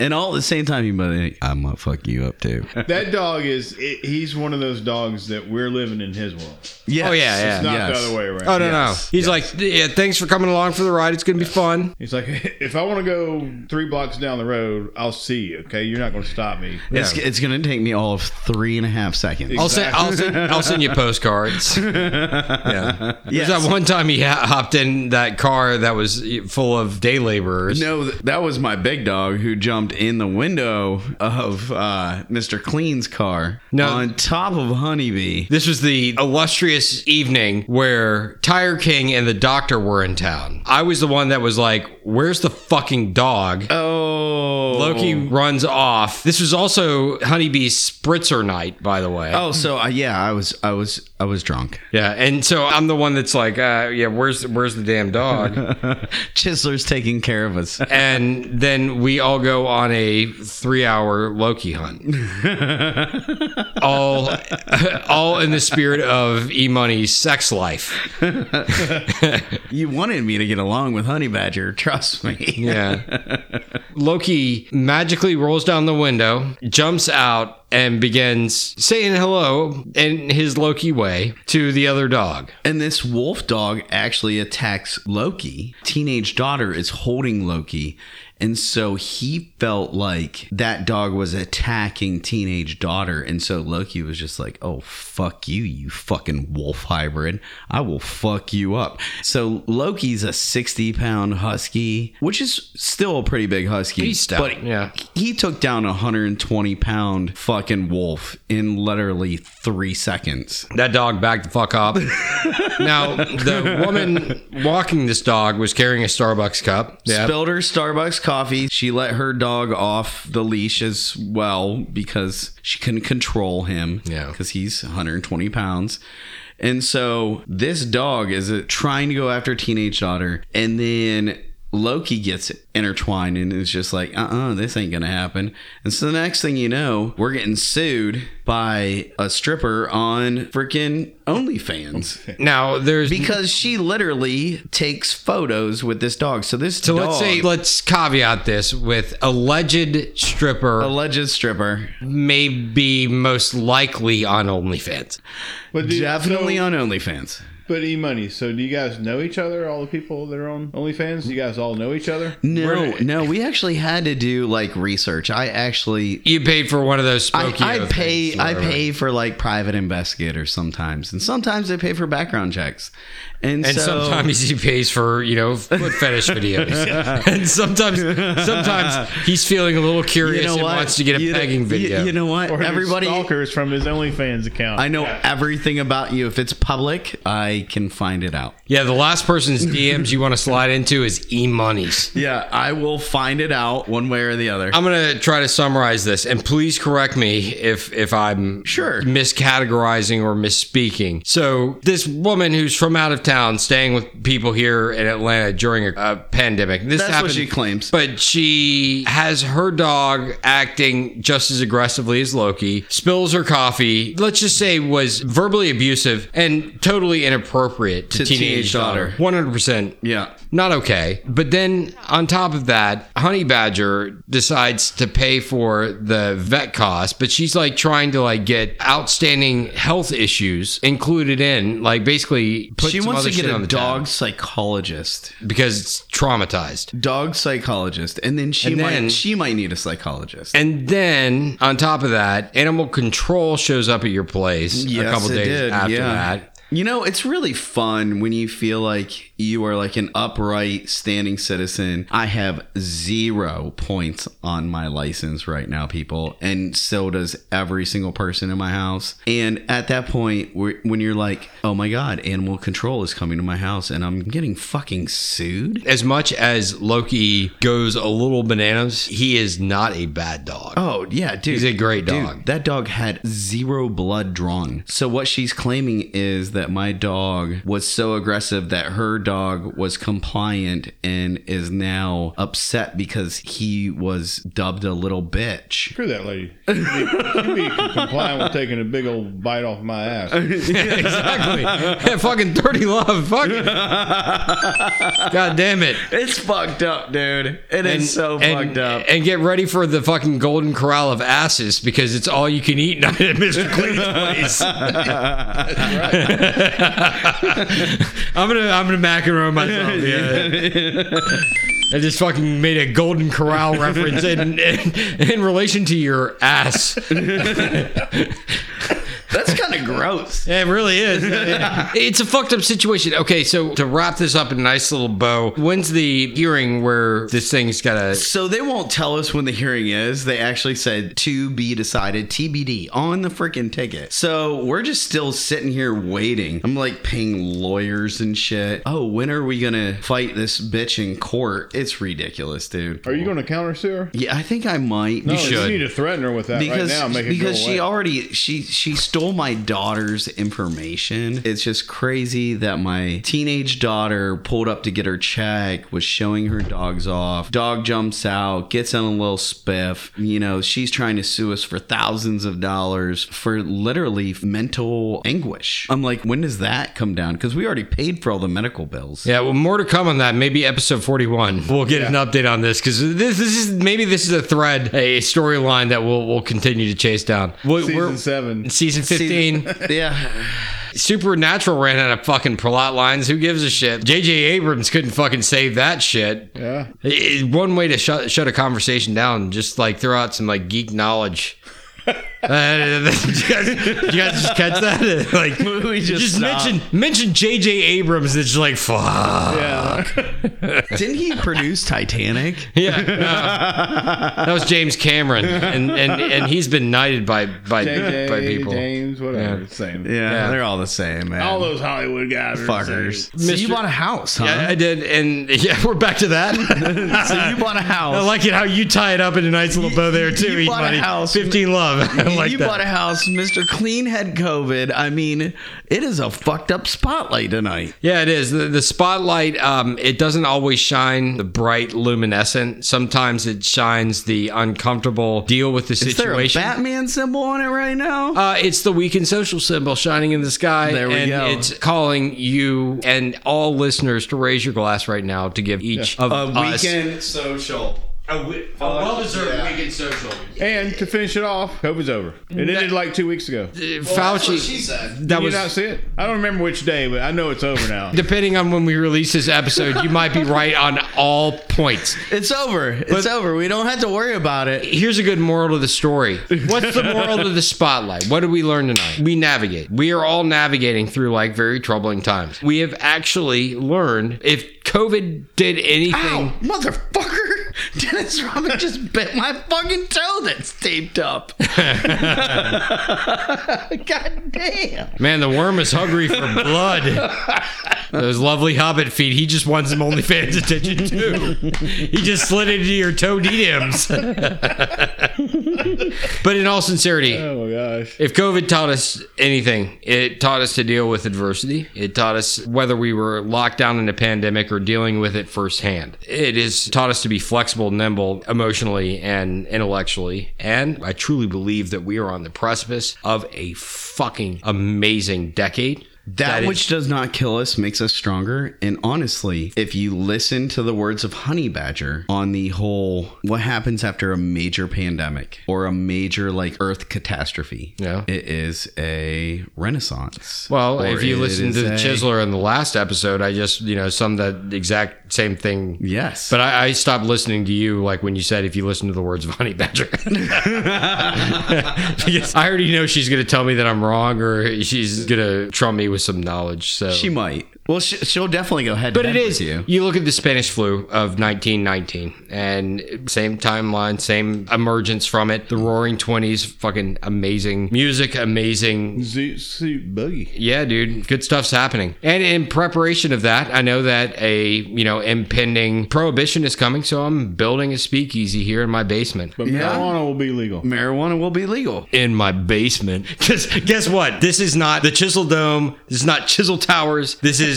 and all at the same time, you might like, "I'm gonna fuck you up too." Oh, That dog is. It, he's one of those dogs that we're living in his world. yes. Oh, yeah, yeah. It's not Yes. the other way around. Oh, no, no. He's like, yeah, thanks for coming along for the ride. It's gonna be fun. He's like, if I want to go three blocks down the road, I'll see you. Okay, you're not going to stop me. It's, it's gonna take me all of three and a half seconds. I'll send, I'll send I'll send you postcards. yeah. Yes. There's that one time he ha- hopped in that car that was full of day laborers. No, th- that was my big dog who jumped in the window of uh, Mr. Clean's car No. on top of Honeybee. This was the illustrious evening where Tire King and the doctor were in town. I was the one that was like, "Where's the fucking dog?" Oh. Loki runs off. This was also Honeybee's spritzer night, by the way. Oh, so uh, yeah, I was I was I was drunk. Yeah, and so I'm the one that's like, uh, "Yeah, where's where's the damn dog?" Chisler's taking care of us. and then we all go on a three-hour Loki hunt. all, all in the spirit of E Money's sex life. You wanted me to get along with Honey Badger, trust me. Yeah. Loki magically rolls down the window, jumps out, and begins saying hello in his Loki way to the other dog. And this wolf dog actually attacks Loki. Teenage daughter is holding Loki. And so he felt like that dog was attacking teenage daughter. And so Loki was just like, oh, fuck you, you fucking wolf hybrid. I will fuck you up. So Loki's a 60 pound husky, which is still a pretty big husky. He's stout, But yeah. he took down a 120 pound fucking wolf in literally three seconds. That dog backed the fuck up. now, the woman walking this dog was carrying a Starbucks cup. Yeah. spilled her Starbucks coffee. She let her dog off the leash as well because she couldn't control him. Yeah. Because he's 120 pounds. And so this dog is uh, trying to go after teenage daughter. And then Loki gets intertwined and is just like, uh uh this ain't going to happen. And so the next thing you know, we're getting sued by a stripper on freaking OnlyFans now, there's because she literally takes photos with this dog. So this So dog, let's say let's caveat this with alleged stripper alleged stripper, may be most likely on OnlyFans. But do- definitely so- on OnlyFans. But E Money, so do you guys know each other? All the people that are on OnlyFans, do you guys all know each other? No, We're- no, we actually had to do like research. I actually You paid for one of those I, spooky. I pay I pay for like private investigators sometimes, and sometimes they pay for background checks, and, And so, sometimes he pays for you know foot fetish videos, and sometimes sometimes he's feeling a little curious and wants to get a You know- pegging you- video. You, know what? Or Everybody, stalkers from his OnlyFans account. I know everything about you. If it's public, I can find it out. yeah, the last person's DMs you want to slide into is e monies. Yeah, I will find it out one way or the other. I'm gonna try to summarize this, and please correct me if if I'm Sure. miscategorizing or misspeaking. So this woman who's from out of town, staying with people here in Atlanta during a, a pandemic. This That's what happened, she claims. but she has her dog acting just as aggressively as Loki. Spills her coffee. Let's just say was verbally abusive and totally inappropriate to, To teenage, teenage daughter. daughter. One hundred percent yeah, not okay. But then on top of that, Honey Badger decides to pay for the vet cost, but she's like trying to like get outstanding health issues included in, like basically put she some wants other to get shit a on the dog tab psychologist, because it's traumatized. dog psychologist, and then she And might then- she might need a psychologist. And then on top of that, animal control shows up at your place a Yes, couple it days did, after yeah. that. You know, it's really fun when you feel like you are like an upright standing citizen. I have zero points on my license right now, people, and so does every single person in my house. And at that point, where- when you're like, oh my God, animal control is coming to my house and I'm getting fucking sued. As much as Loki goes a little bananas, he is not a bad dog. Oh, yeah, dude. He's a great Dude, dog. that dog had zero blood drawn. So what she's claiming is that my dog was so aggressive that her dog was compliant and is now upset because he was dubbed a little bitch. Screw that lady. She'd be, she'd be compliant with taking a big old bite off my ass. exactly. Yeah, fucking dirty love. Fuck it. God damn it. It's fucked up, dude. It is so and- fucked up. And get ready for the fucking golden corral of asses because it's all you can eat night at Mr. Clean's place. I'm gonna I'm gonna macaron myself. Yeah. I just fucking made a golden corral reference in, in, in relation to your ass. That's kind of gross. It really is. it's a fucked up situation. Okay, so to wrap this up in a nice little bow, when's the hearing where this thing's got to. So they won't tell us when the hearing is. They actually said to be decided, TBD, on the freaking ticket. So we're just still sitting here waiting. I'm like paying lawyers and shit. Oh, when are we gonna fight this bitch in court? It's ridiculous, dude. Are you going to counter sue her? Yeah, I think I might. No, because- should. You need to threaten her with that because right now. Make it because go she away. already she she stole my daughter's information. It's just crazy that my teenage daughter pulled up to get her check, was showing her dogs off. Dog jumps out, gets in a little spiff. You know, she's trying to sue us for thousands of dollars for literally mental anguish. I'm like, when does that come down? Because we already paid for all the medical bills. Yeah, well, more to come on that. Maybe episode 41. We'll get an update on this because this, this is maybe this is a thread, a storyline that we'll, we'll continue to chase down. We- Season we're- seven. Season 15. yeah. Supernatural ran out of fucking plot lines. Who gives a shit? J.J. Abrams couldn't fucking save that shit. Yeah. It- it- one way to shut shut a conversation down, just like throw out some like geek knowledge. Uh, did you, guys, did you guys just catch that? Like We just stopped. mention mention J.J. Abrams. It's just like fuck. Yeah. Didn't he produce Titanic? Yeah, no. that was James Cameron, and and, and he's been knighted by by JJ, by people. James, whatever. Same. Yeah, Yeah. they're all the same, man. All those Hollywood guys. are the fuckers. same. So Mr. you bought a house, huh? Yeah, I did, and yeah, we're back to that. so you bought a house. I like it how you tie it up in a nice little bow there too. you Eat bought a money. house. fifteen love. I like you that. bought a house. Mr. Clean had COVID. I mean, it is a fucked up spotlight tonight. Yeah, it is. The, the spotlight, um, it doesn't always shine the bright luminescent. Sometimes it shines the uncomfortable deal with the Is there a situation. Batman symbol on it right now? uh, it's the weekend social symbol shining in the sky. There we and go. It's calling you and all listeners to raise your glass right now to give each of a us weekend social. A, wi- a well deserved yeah. weekend social. And to finish it off, COVID's over. It ended like two weeks ago. Did That's what Fauci. she said. That you was not see it? I don't remember which day, but I know it's over now. depending on when we release this episode. You might be right on all points. It's over. It's over. We don't have to worry about it. Here's a good moral to the story. What's the moral to the spotlight? What did we learn tonight? We navigate. We are all navigating through like very troubling times. We have actually learned if COVID did anything. Ow, motherfucker! Dennis Rodman just bit my fucking toe that's taped up. God damn. Man, the worm is hungry for blood. Those lovely hobbit feet. He just wants some OnlyFans attention too. He just slid into your toe DMs. but in all sincerity, oh my gosh. if COVID taught us anything, it taught us to deal with adversity. It taught us whether we were locked down in a pandemic or dealing with it firsthand. It has taught us to be flexible, nimble, emotionally, and intellectually. And I truly believe that we are on the precipice of a fucking amazing decade. That, is- which does not kill us makes us stronger. And honestly, if you listen to the words of Honey Badger on the whole what happens after a major pandemic or a major like earth catastrophe, Yeah. it is a renaissance. Well, Or if you it listen to is the a- Chiseler in the last episode, I just you know summed that exact same thing. Yes. But I, I stopped listening to you like when you said if you listen to the words of Honey Badger. Because I already know she's going to tell me that I'm wrong or she's going to trump me with some knowledge. So she might. Well, she, she'll definitely go head. but to it head is with you. you. look at the Spanish flu of 1919 and same timeline, same emergence from it. The Roaring Twenties, fucking amazing music, amazing Zoot suit boogie. yeah, dude, good stuff's happening. And in preparation of that, I know that a you know impending prohibition is coming, so I'm building a speakeasy here in my basement. But marijuana will be legal. Marijuana will be legal. In my basement, because guess what? This is not the Chisel Dome. This is not Chisel Towers. This is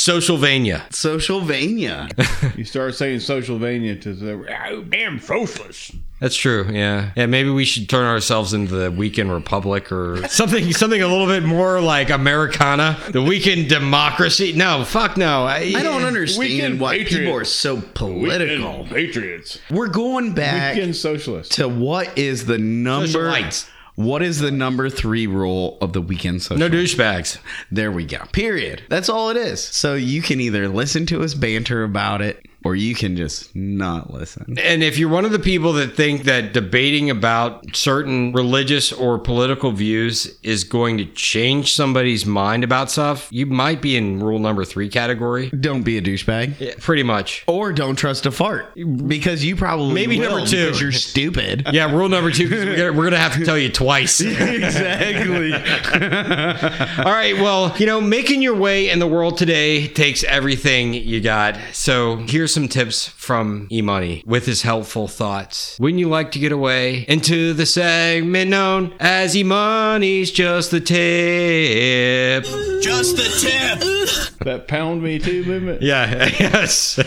Socialvania. Socialvania. You start saying social vania to the oh, damn socialist. That's true. Yeah, yeah. Maybe we should turn ourselves into the Weekend Republic or something, something a little bit more like Americana, the Weekend Democracy. No, fuck no. I don't understand Weekend why people patriots. are so political. patriots. We're going back Weekend socialist. to what is the number Socialites. what is the number three rule of the weekend social? No douchebags. There we go. Period. That's all it is. So you can either listen to us banter about it or you can just not listen. And if you're one of the people that think that debating about certain religious or political views is going to change somebody's mind about stuff, you might be in rule number three category. Don't be a douchebag. Pretty much. Or don't trust a fart because you probably Maybe will number two. because you're stupid. Yeah, rule number two. 'cause We're gonna- we're gonna have to tell you twice. exactly. All right. Well, you know, making your way in the world today takes everything you got. So here's some tips from eMoney with his helpful thoughts. Wouldn't you like to get away into the segment known as eMoney's Just the Tip? That pound me too movement. Yeah. Yes.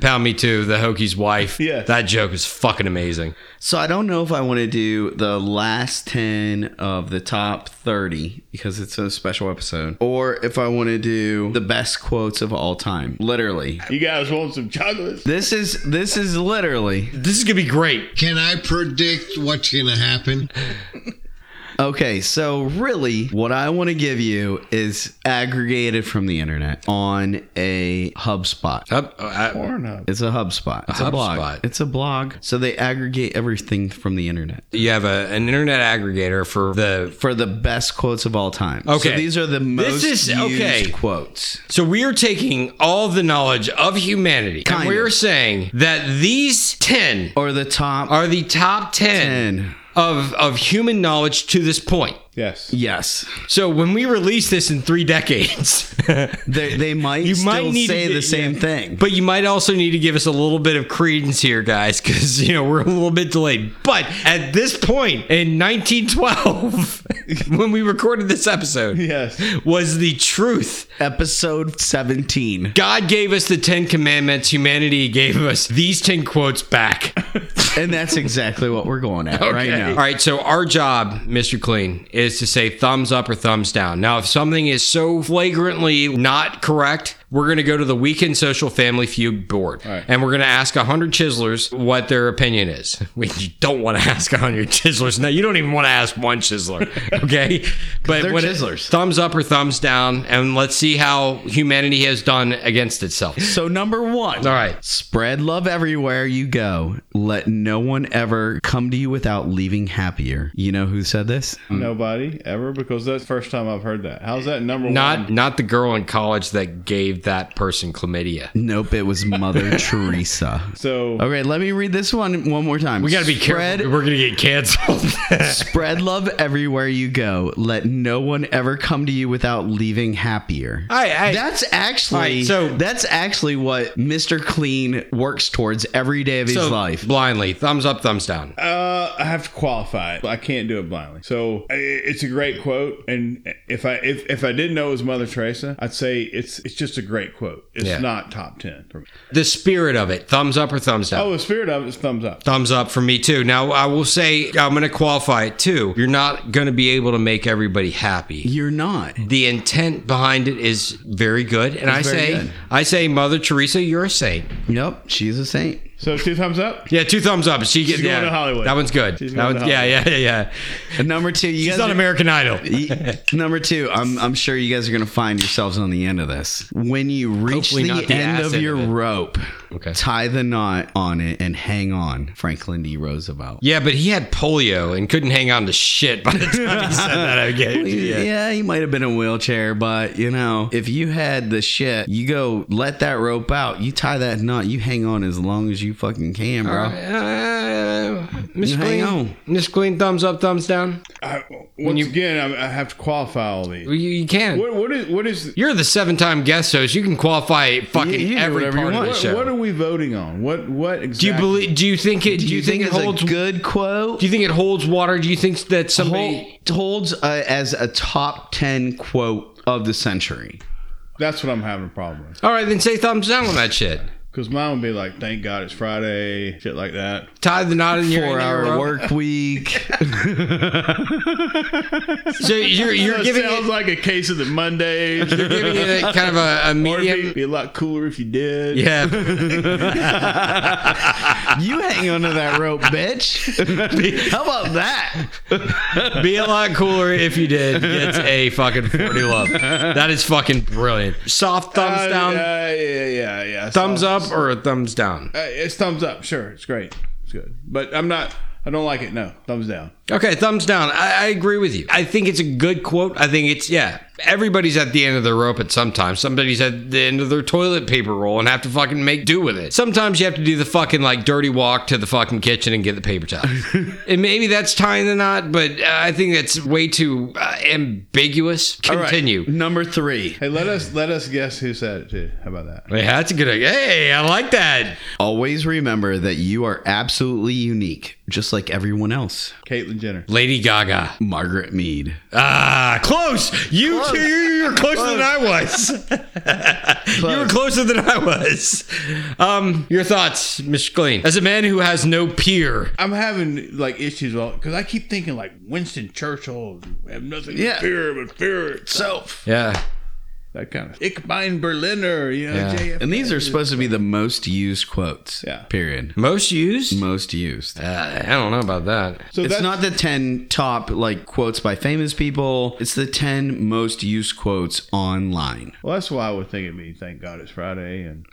Pound me too. The Hokies wife. Yeah. That joke is fucking amazing. So I don't know if I want to do the last 10 of the top 30 because it's a special episode or if I want to do the best quotes of all time. Literally. You guys want some chocolates? This is this is literally. This is gonna be great. Can I predict what's going to happen? Okay, so really what I want to give you is aggregated from the internet on a HubSpot. Up. uh, uh, Pornhub. It's a HubSpot. It's a, blog. HubSpot. It's a blog. So they aggregate everything from the internet you have a, an internet aggregator for the for the best quotes of all time. Okay. So these are the most This is- used okay. quotes. So we are taking all the knowledge of humanity Kind and we of. are saying that these 10 Or the top are the top 10, 10. of of human knowledge to this point. Yes. Yes. So when we release this in 3 decades, They, they might You you might still need to say get- the same yeah. thing. but you might also need to give us a little bit of credence here guys cuz you know we're a little bit delayed. But at this point in 1912 when we recorded this episode Yes. was the truth Episode 17. God gave us the Ten Commandments. Humanity gave us these ten quotes back. And that's exactly what we're going at right Okay. now. All right, so our job, Mr. Clean, is to say thumbs up or thumbs down. Now, if something is so flagrantly not correct we're going to go to the Weekend Social Family Feud board right. and we're going to ask 100 chiselers what their opinion is. We you don't want to ask 100 chiselers. No, you don't even want to ask one chiseler. Okay. but they're when chiselers. thumbs up or thumbs down, and let's see how humanity has done against itself. So number one. All right. Spread love everywhere you go. Let no one ever come to you without leaving happier. You know who said this? Nobody ever because that's the first time I've heard that. How's that number Not one? not the girl in college that gave that person chlamydia. Nope, it was Mother Teresa. So Okay, let me read this one one more time. We got to be spread, careful. We're going to get canceled. spread love everywhere you go. Let no one ever come to you without leaving happier. I, I, that's actually Alright, so- so that's actually what Mr. Clean works towards every day of his so life. blindly. Thumbs up, thumbs down. Uh, I have to qualify it. I can't do it blindly. So i- it's a great quote, and if I if, if I didn't know it was Mother Teresa, I'd say it's it's just a great quote. It's Yeah. not top ten for me. The spirit of it. Thumbs up or thumbs down. Oh, the spirit of it is thumbs up. Thumbs up for me too. Now I will say I'm going to qualify it too. You're not going to be able to make everybody happy. You're not. The intent behind it is very good, and I very say, good. I say, Mother Teresa, you're a saint. Nope, she's a saint. So two thumbs up. Yeah, two thumbs up. She gets going yeah, to Hollywood. That one's good. She's That going to one's, yeah, yeah, yeah, yeah. And number two, you She's guys on are- American Idol. Y- Number two, I'm I'm sure you guys are gonna find yourselves on the end of this. When you reach Hopefully the, not the end ass of end your of it. rope, Okay. tie the knot on it and hang on. Franklin D. Roosevelt. Yeah, but he had polio and couldn't hang on to shit by the time he said that. Again. Yeah. he might have been in a wheelchair, but you know, if you had the shit, you go let that rope out, you tie that knot, you hang on as long as you fucking can, bro. Uh, Miss You hang Clean, on. Miss Clean, thumbs up, thumbs down. I, once again, I, I have to qualify all these. You, you can. What what is what is You're the seven-time guest host. You can qualify fucking you can do every whatever you part of the what, show. what are we voting on? What what exactly? do you believe? Do you think it? Do, you, think, it holds? a good quote? do you think it holds water? Do you think that somebody? Hol- holds uh, as a top 10 quote of the century? That's what I'm having a problem with. All right, then say thumbs down on that shit. Because mine would be like, "Thank God it's Friday," shit like that. Tie the knot in your Four in your hour rope. work week. So you're you're That giving sounds it, like a case of the Mondays. you're giving it a kind of a, a Or it'd be, medium. be a lot cooler if you did. Yeah, you hang onto that rope, bitch. How about that? be a lot cooler if you did. Gets a fucking forty love. That is fucking brilliant. Soft thumbs Uh, down, Yeah, yeah, yeah, yeah. thumbs Soft- up, or a thumbs down. Uh, it's thumbs up. Sure, it's great. It's good. But I'm not. I don't like it. No, thumbs down. Okay, thumbs down. I, I agree with you. I think it's a good quote. I think it's yeah. Everybody's at the end of their rope at some time. Somebody's at the end of their toilet paper roll and have to fucking make do with it. Sometimes you have to do the fucking like dirty walk to the fucking kitchen and get the paper towel. and maybe that's tying the knot, but uh, I think that's way too uh, ambiguous. Continue. Number three. Hey, let us let us guess who said it too. How about that? Yeah, that's a good. Hey, I like that. Always remember that you are absolutely unique, just like everyone else. Caitlyn Jenner. Lady Gaga. Margaret Mead. Ah, close. You two, you were closer than I was. you were closer than I was. Um, your thoughts, Mr. Clean, as a man who has no peer. I'm having like issues because I keep thinking like Winston Churchill have nothing Yeah. to fear but fear itself. Yeah, That kind of Ich bin Berliner. You know, Yeah. JFK. And these are supposed to be the most used quotes. Yeah. Period. most used. Most used. Uh, I don't know about that. So it's that's not the 10 top like quotes by famous people. It's the 10 most used quotes online. Well, that's why I would think it'd be Thank God It's Friday and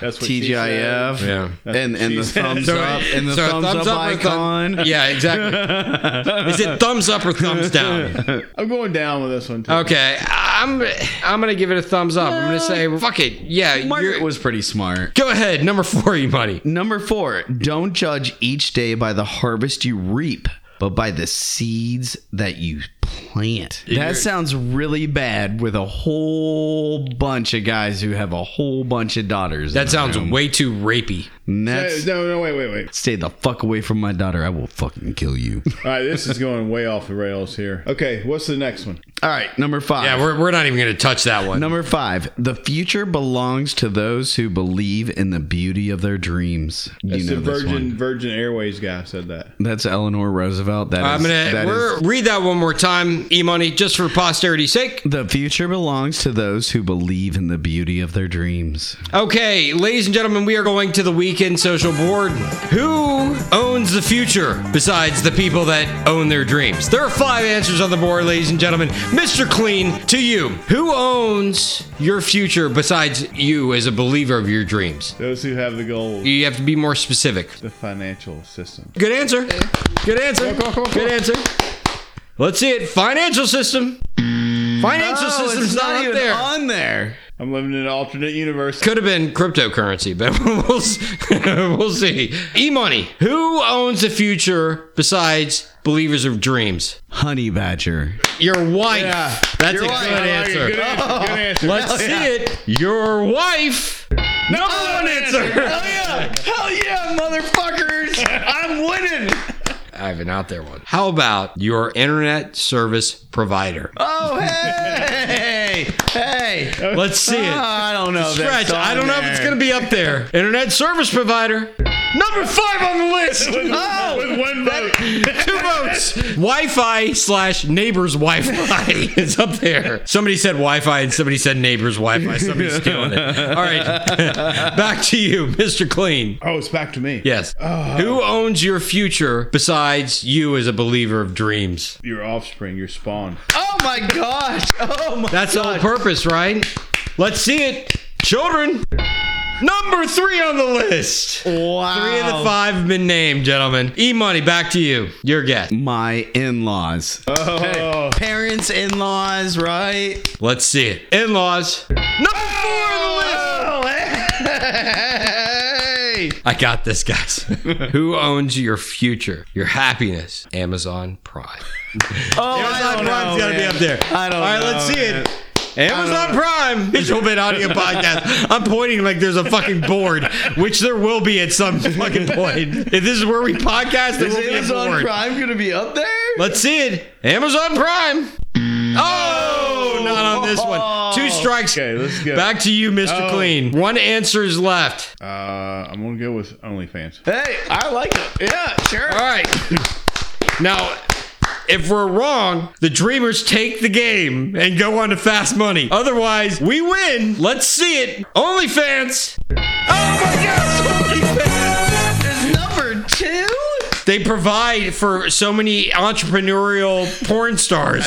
that's what she said. TGIF. Yeah. And and the She said. thumbs So- up and the so a thumbs, up, or a icon. thumb- yeah, exactly. Is it thumbs up or thumbs down? I'm going down with this one Oh, too. Okay, I'm I'm gonna give it a thumbs up. I'm gonna say fuck it. Yeah, Margaret you're- was pretty smart. go ahead. Number four, you money. Number four, don't judge each day by the harvest you reap, but by the seeds that you plant. That sounds really bad with a whole bunch of guys who have a whole bunch of daughters. in That the sounds room. way too rapey. And Uh, that's- No, no, wait, wait, wait. Stay the fuck away from my daughter. I will fucking kill you. All right, this is going way off the rails here. Okay, what's the next one? All right, number five. Yeah, we're, we're not even going to touch that one. Number five, the future belongs to those who believe in the beauty of their dreams. That's you know the this Virgin one. Virgin Airways guy said that. That's Eleanor Roosevelt. That I'm is- going that to is- we're read that one more time, E Money, just for posterity's sake. the future belongs to those who believe in the beauty of their dreams. Okay, ladies and gentlemen, we are going to the weekend social board. Who owns the future besides the people that own their dreams? There are five answers on the board, ladies and gentlemen. Mr. Clean, to you. Who owns your future besides you as a believer of your dreams? Those who have the goals, You have to be more specific. the financial system. Good answer. Good answer. Good answer. Let's see it. Financial system. Financial system's not, up there. on there. I'm living in an alternate universe. Could have been cryptocurrency, but we'll s- we'll see. E money. Who owns the future besides believers of dreams? Honey Badger. Your wife. That's a wife. good I like it. answer. Good answer. Good answer. Let's see it. Your wife. Ah, Number one answer. Hell yeah, motherfuckers! I'm winning. I have an out there one. How about your internet service provider? Oh hey, hey. Let's see Oh, it. I don't know. if that's Stretch. I on don't know if it's there. going to be up there. Internet service provider. Number five on the list. Oh! With one vote. Two votes. Wi-Fi slash neighbor's Wi-Fi is up there. Somebody said Wi-Fi and somebody said neighbor's Wi-Fi. Somebody's stealing it. All right, back to you, Mr. Clean. Oh, it's back to me. Yes. Uh, Who owns your future besides you as a believer of dreams? Your offspring, your spawn. Oh my gosh! Oh my. That's the whole purpose, right? Let's see it, children. Number three on the list. Wow. Three of the five have been named, gentlemen. E money, back to you. Your guess. My in-laws. Oh, Parents, in-laws, right? Let's see it. In laws. Number four on the list. Hey! I got this, guys. Who owns your future, your happiness? Amazon Prime. Oh, Amazon Prime's got to be up there. I don't All right, know, let's see it. Amazon Prime, Mitchell Bit Audio Podcast. I'm pointing like there's a fucking board, which there will be at some fucking point. If this is where we podcast, there Is will be a Amazon board. Prime gonna be up there? Let's see it. Amazon Prime. Oh, not on this one. Two Oh. strikes. Okay, let's go. Back to you, Mr. Oh. Clean. One answer is left. Uh, I'm gonna go with OnlyFans. Hey, I like it. Yeah, sure. All right. Now, if we're wrong, the Dreamers take the game and go on to fast money. Otherwise, we win. Let's see it. OnlyFans. Oh my gosh, OnlyFans. Number two. They provide for so many entrepreneurial porn stars.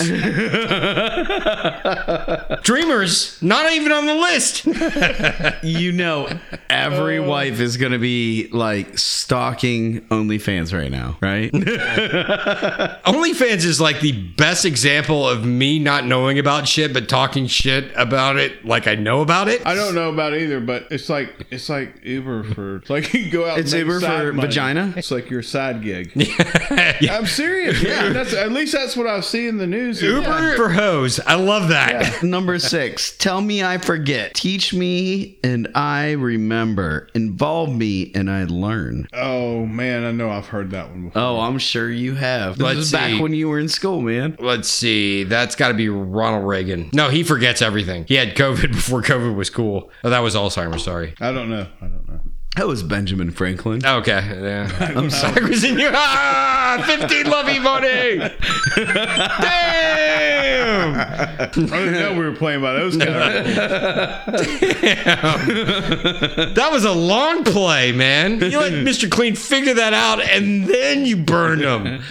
Dreamers, not even on the list. You know, every wife is gonna be like stalking OnlyFans right now, right? OnlyFans is like the best example of me not knowing about shit, but talking shit about it like I know about it. I don't know about either, but it's like it's like Uber for it's like you go out. and It's make Uber side for money. vagina? It's like your side gig. I'm serious. Yeah. That's at least that's what I see in the news. Uber for hose. I love that. Number six, tell me I forget. Teach me and I remember. Involve me and I learn. Oh man, I know I've heard that one before. Oh, I'm sure you have. This Let's is back see. when you were in school, man. Let's see. That's got to be Ronald Reagan. No, he forgets everything. He had COVID before COVID was cool. Oh, that was Alzheimer's. Sorry. I don't know. I don't know. That was Benjamin Franklin. Okay. Yeah. I'm sorry. was in your ah, 15 lovey money. Damn. I didn't know we were playing by those kind of rules. That was a long play, man. You let Mr. Clean figure that out and then you burned him.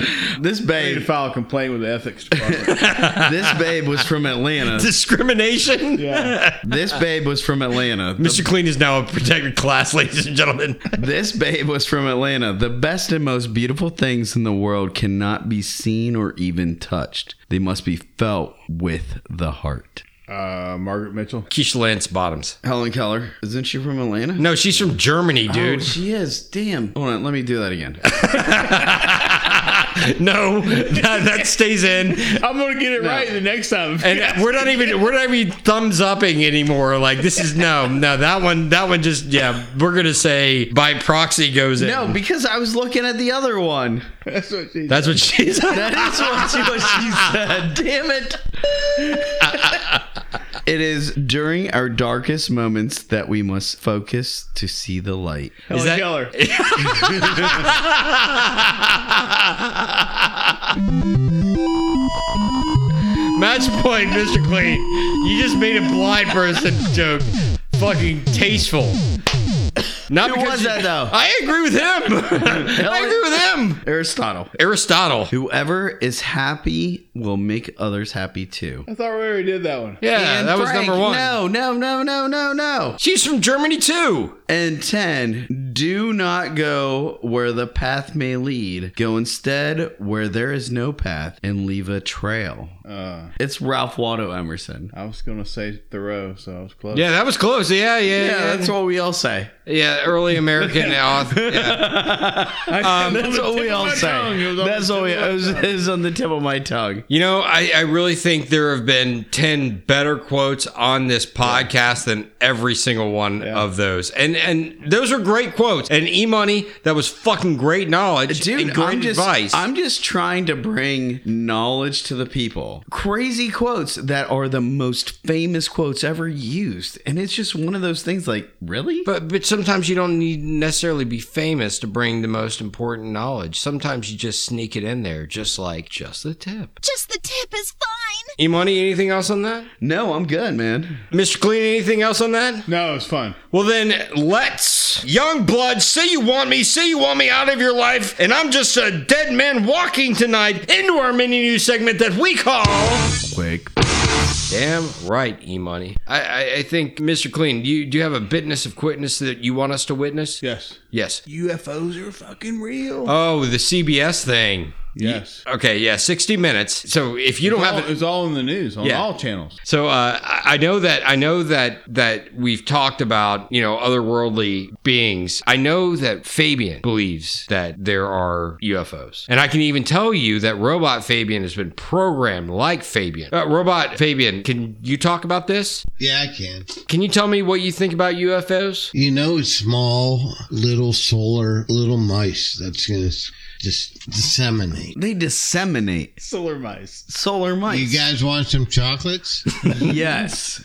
This I need to babe, file a complaint with the ethics department. this babe was from Atlanta. Discrimination. Yeah. This babe was from Atlanta. The- Mr. Clean is now a protected class, ladies and gentlemen. this babe was from Atlanta. The best and most beautiful things in the world cannot be seen or even touched. They must be felt with the heart. Uh, Margaret Mitchell. Keisha Lance Bottoms. Helen Keller, isn't she from Atlanta? No, she's from Germany, dude. Oh, she is. Damn. Hold on, let me do that again. no, that, that stays in. I'm gonna get it right the next time. And we're not even we're not even thumbs upping anymore. Like this is no, no that one that one just yeah. We're gonna say by proxy goes in. No, because I was looking at the other one. That's what she that's what she said. That is what, what she said. Damn it. it is during our darkest moments that we must focus to see the light. Helen that- Keller. Match point, Mr. Clean. You just made a blind person joke. Fucking tasteful. Not Who because was you- that, though? I agree with him. I agree with him. Aristotle. Aristotle. Whoever is happy will make others happy too. I thought we already did that one. Yeah, And that was Frank, number one. No, no, no, no, no, no. She's from Germany too. And 10, do not go where the path may lead. Go instead where there is no path and leave a trail. Uh, It's Ralph Waldo Emerson. I was gonna say Thoreau, so I was close. Yeah, that was close. Yeah, yeah, Yeah, yeah. that's what we all say. yeah early American author. Um, That's what we all say. That's what we it was, it was on the tip of my tongue. You know, I, I really think there have been 10 better quotes on this podcast than every single one of those. And and those are great quotes. And E Money, that was fucking great knowledge and Dude, great I'm just advice. I'm just trying to bring knowledge to the people. Crazy quotes that are the most famous quotes ever used. And it's just one of those things like, really? but but sometimes you don't need necessarily be famous to bring the most important knowledge. Sometimes you just sneak it in there, just like just the tip. Just the tip is fine. E Money, anything else on that? no, I'm good, man. Mr. Clean, anything else on that? No, it's fun. Well, then let's. Young blood, say you want me, say you want me out of your life, and I'm just a dead man walking tonight into our mini news segment that we call. Quick. Damn right, E Money. I, I, I think, Mr. Clean, you do you have a bitness of quitness that you want us to witness? Yes. Yes. UFOs are fucking real. Oh, the CBS thing. Yes. Okay, yeah, 60 minutes. So if you don't All- have it's all in the news on Yeah. all channels. So uh, I I know that I know that that we've talked about you know otherworldly beings. I know that Fabian believes that there are UFOs, and I can even tell you that robot Fabian has been programmed like Fabian. Uh, robot Fabian, can you talk about this? Yeah, I can. Can you tell me what you think about UFOs? You know, small little solar little mice that's going to just disseminate. They disseminate Solar mice. solar mice. You guys want some chocolates? yes.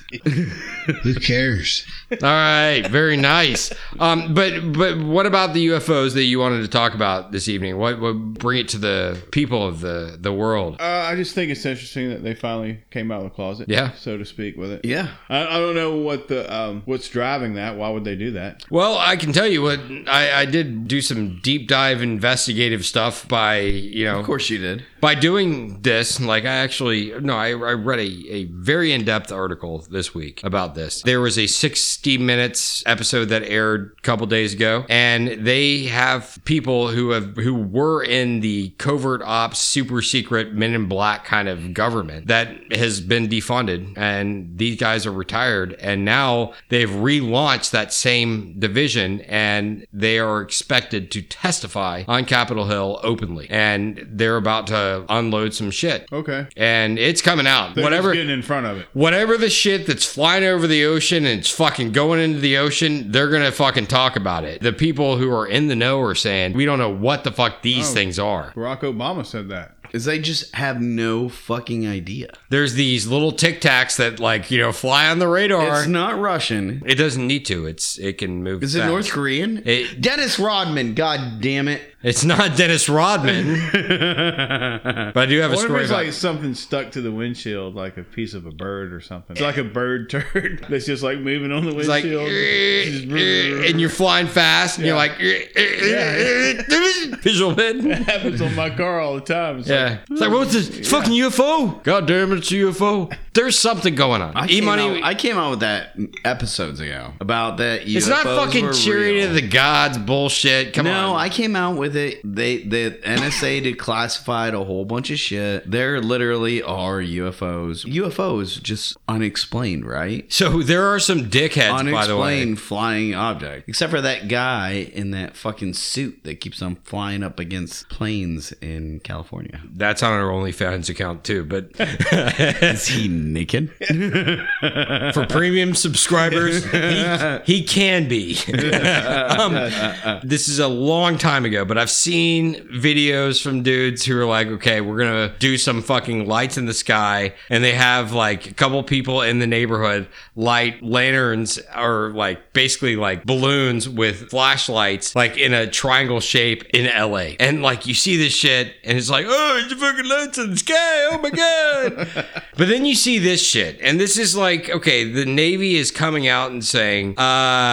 Who cares? All right, very nice. Um, but but what about the UFOs that you wanted to talk about this evening? What what bring it to the people of the the world? Uh, I just think it's interesting that they finally came out of the closet. Yeah. So to speak with it. Yeah. I, I don't know what the um, what's driving that. Why would they do that? Well, I can tell you what I, I did do some deep dive investigative stuff by you know Of course you did. by doing this. Like I actually no, I, I read a, a very in depth article this week about this. There was a sixty minutes episode that aired a couple days ago, and they have people who have who were in the covert ops, super secret Men in Black kind of government that has been defunded, and these guys are retired, and now they've relaunched that same division, and they are expected to testify on Capitol Hill openly, and they're about to unload some shit, Okay. and it's coming out. They're Whatever just getting in front of it. whatever the shit that's flying over the ocean and it's fucking going into the ocean, they're gonna fucking talk about it. The people who are in the know are saying, we don't know what the fuck these Oh. things are. Barack Obama said that. Is they just have no fucking idea. There's these little tic tacs that like, you know, fly on the radar. It's not Russian. it doesn't need to. It's it can move. Is it fast. North Korean? It- Dennis Rodman, god damn it. It's not Dennis Rodman. but I do have a What if story it's about like something stuck to the windshield, like a piece of a bird or something? It's like a bird turd that's just like moving on the It's like, windshield. Just- "Eh, eh," and you're flying fast, and you're like, "Eh, eh, eh, eh," visual bit. happens on my car all the time. It's Yeah. It's like, what's this? It's fucking UFO. God damn it, it's a UFO. There's something going on. I E came, money. out, I came out with that episodes ago about that. It's not UFOs fucking were cheering real. to the gods bullshit. Come no, on. I came out with with it. They the NSA declassified a whole bunch of shit. There literally are UFOs. UFOs just unexplained, right? So there are some dickheads, by the way. Unexplained flying object. Except for that guy in that fucking suit that keeps on flying up against planes in California. That's on our OnlyFans account too. But Is he naked? for premium subscribers, he, he can be. um, this is a long time ago, but I've seen videos from dudes who are like, okay, we're going to do some fucking lights in the sky. And they have like a couple people in the neighborhood light lanterns or like basically like balloons with flashlights, like in a triangle shape in LA. And like you see this shit and it's like, oh, it's fucking lights in the sky. Oh my God. But then you see this shit, and this is like, okay, the Navy is coming out and saying,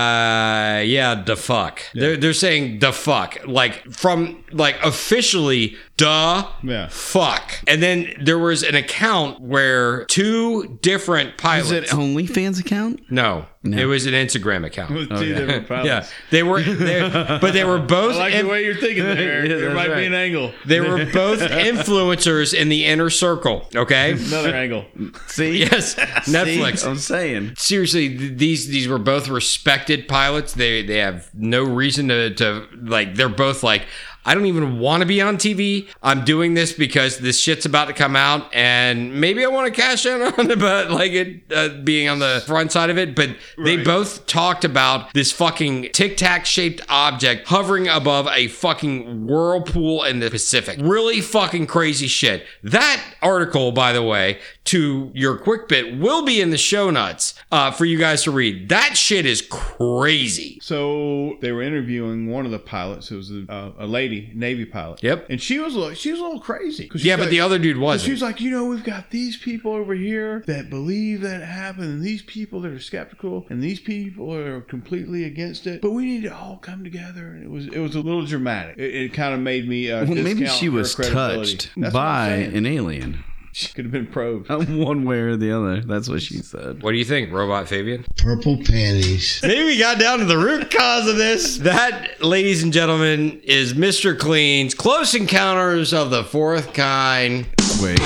uh, yeah, the fuck. They're, they're saying the fuck, like from like officially, duh, Yeah. fuck. And then there was an account where two different pilots. Is it OnlyFans account? no, it was an Instagram account. With two different pilots. Oh, Yeah, they were, they, but they were both. I like in- the way you're thinking there. Yeah, there that's might right. be an angle. they were both influencers in the inner circle. Okay. Another angle. See? Yes, Netflix. See? I'm saying. seriously, th- these these were both respected pilots. They they have no reason to, to like. They're both like, I don't even want to be on TV. I'm doing this because this shit's about to come out, and maybe I want to cash in on it, but like it uh, being on the front side of it. But they both talked about this fucking tic tac shaped object hovering above a fucking whirlpool in the Pacific. Really fucking crazy shit. That article, by the way, to your quick bit will be in the show notes uh, for you guys to read. That shit is crazy. So they were interviewing one of the pilots. It was a, uh, a lady, Navy pilot. Yep. And she was a little, she was a little crazy. 'Cause she's Yeah, but like- the other dude But she wasn't. was like, you know, we've got these people over here that believe that it happened, and these people that are skeptical, and these people are completely against it. But we need to all come together. And it was it was a little dramatic. It, it kind of made me. Uh, Well, maybe discount she her was credibility. touched That's what by I'm saying. an alien. She could have been probed. One way or the other. That's what she said. What do you think, Robot Fabian? Purple panties. Maybe we got down to the root cause of this. That, ladies and gentlemen, is Mr. Clean's Close Encounters of the Fourth Kind. Wait.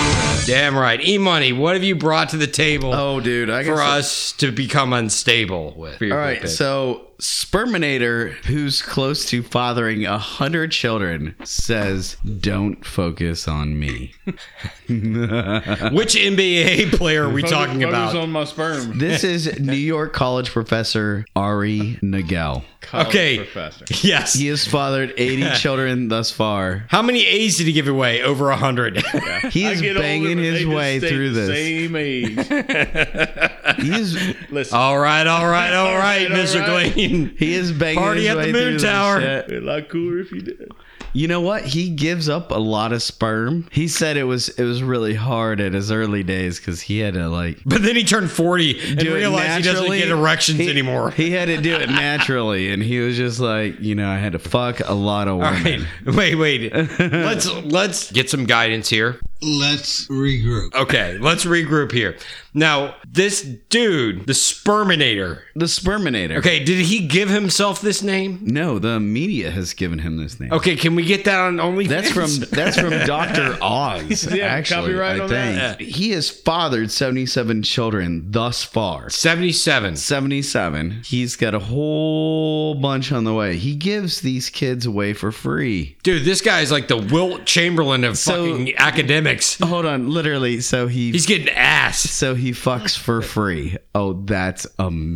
Damn right. E Money, what have you brought to the table Oh, dude. I for guess us to become unstable with? All right, so Sperminator, who's close to fathering a hundred children, says, "Don't focus on me." Which NBA player are we talking Focus about? on my sperm. This is New York college professor Ari Nagel. College Okay. Professor. Yes. He has fathered 80 children thus far. How many A's did he give away? Over 100. He I is get older, banging but they his just way stay through the this. Same age. He is Listen. all right, all right, all right, right, all Mr. right. Glean. he is banging Party his at the way moon through this tower. shit. It'd be a lot cooler if you did. You know what? He gives up a lot of sperm. He said it was it was really hard at his early days because he had to like But then he turned 40 and do it realized he doesn't naturally. get erections He- anymore. He had to do it naturally, and he was just like, you know, I had to fuck a lot of all women. right. Wait, wait. let's let's get some guidance here. Let's regroup. Okay, let's regroup here. Now, this dude, the Sperminator. The sperminator. Okay, did he give himself this name? No, the media has given him this name. Okay, can we get that on OnlyFans? That's from that's from Doctor Oz. Yeah, actually, copyright I on think that. he has fathered seventy-seven children thus far. 77. 77. He's got a whole bunch on the way. He gives these kids away for free. Dude, this guy is like the Wilt Chamberlain of So- fucking academics. Hold on, literally. So he He's getting ass. So he fucks for free. Oh, that's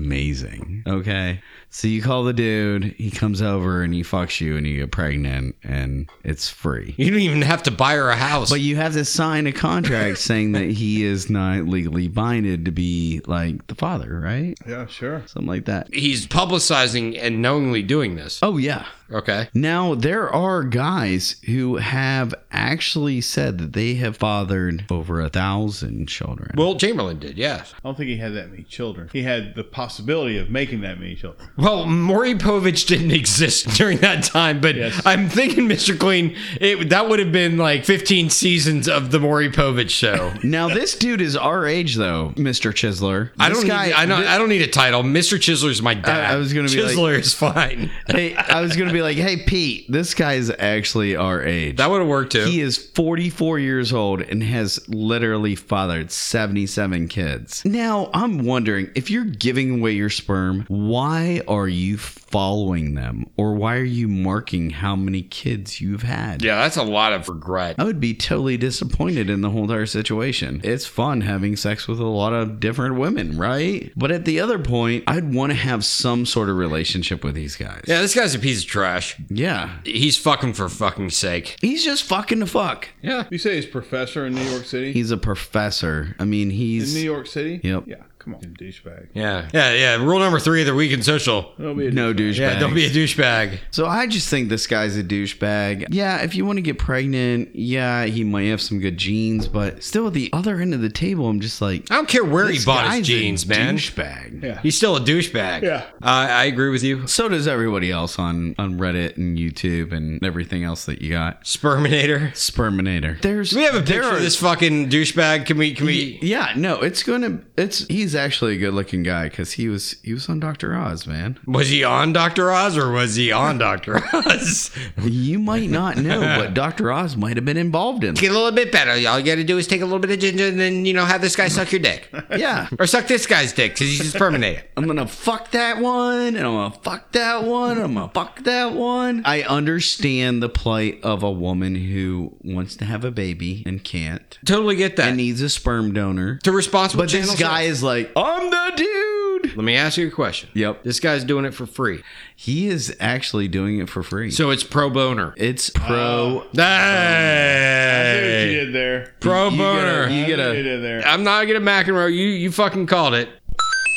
amazing. Okay. So you call the dude, he comes over and he fucks you and you get pregnant and it's free. You don't even have to buy her a house. But you have to sign a contract saying that he is not legally binded to be like the father, right? Yeah, sure. Something like that. he's publicizing and knowingly doing this. Oh, yeah. Okay. Now, there are guys who have actually said that they have fathered over a thousand children. Well, Chamberlain did, yeah. I don't think he had that many children. He had the possibility of making that many children. Well, Maury Povich didn't exist during that time, but Yes. I'm thinking, Mr. Clean, it, that would have been like 15 seasons of the Maury Povich show. now, this dude is our age, though, Mr. Chisler. I This don't, need, I, don't, I don't need a title. Mr. Chisler's my dad. I was gonna be Chisler like- is fine. hey, I was gonna be be like, hey, Pete, this guy is actually our age. That would have worked too. He is 44 years old and has literally fathered 77 kids. Now, I'm wondering if you're giving away your sperm, why are you following them? Or why are you marking how many kids you've had? yeah, that's a lot of regret. I would be totally disappointed in the whole entire situation. It's fun having sex with a lot of different women, right? But at the other point, I'd want to have some sort of relationship with these guys. Yeah, this guy's a piece of trash. Yeah. He's fucking for fucking sake. He's just fucking the fuck. Yeah. You say he's professor in New York City? He's a professor. I mean, in he's New York City? Yep. Yeah, come on, douchebag. Yeah. Yeah, yeah. Rule number three of the weekend social. Don't be a no douchebag. douchebag. Yeah, don't be a douchebag. so I just think this guy's a douchebag. Yeah, if you want to get pregnant, yeah, he might have some good genes, but still at the other end of the table, I'm just like, I don't care where he this bought his guy's a jeans, man. Douchebag. Yeah. He's still a douchebag. Yeah. Uh, I agree with you. So does everybody else on on Reddit and YouTube and everything else that you got. Sperminator. Sperminator. There's Do we have a picture there of are- this fucking douchebag? Can we? Can we? Yeah, no, it's gonna. It's he's actually a good looking guy because he was he was on Doctor Oz, man. Was he on Doctor Oz or was he on Doctor Oz? You might not know, but Doctor Oz might have been involved in. Get a little bit better. All you got to do is take a little bit of ginger and then you know have this guy suck your dick Yeah, or suck this guy's dick because he's just sperminator. I'm gonna fuck that one, and I'm gonna fuck that one, and I'm gonna fuck that one. I understand the plight of a woman who wants to have a baby and can't, totally get that. and needs a sperm donor. to responsible. But this channels- guy is like, I'm the dude. Let me ask you a question. Yep. This guy's doing it for free, He is actually doing it for free. so it's pro boner. it's pro. See what you Hey, did there. pro You gotta- boner. you I gotta- see what you did there. I'm not gonna McEnroe. You you fucking called it.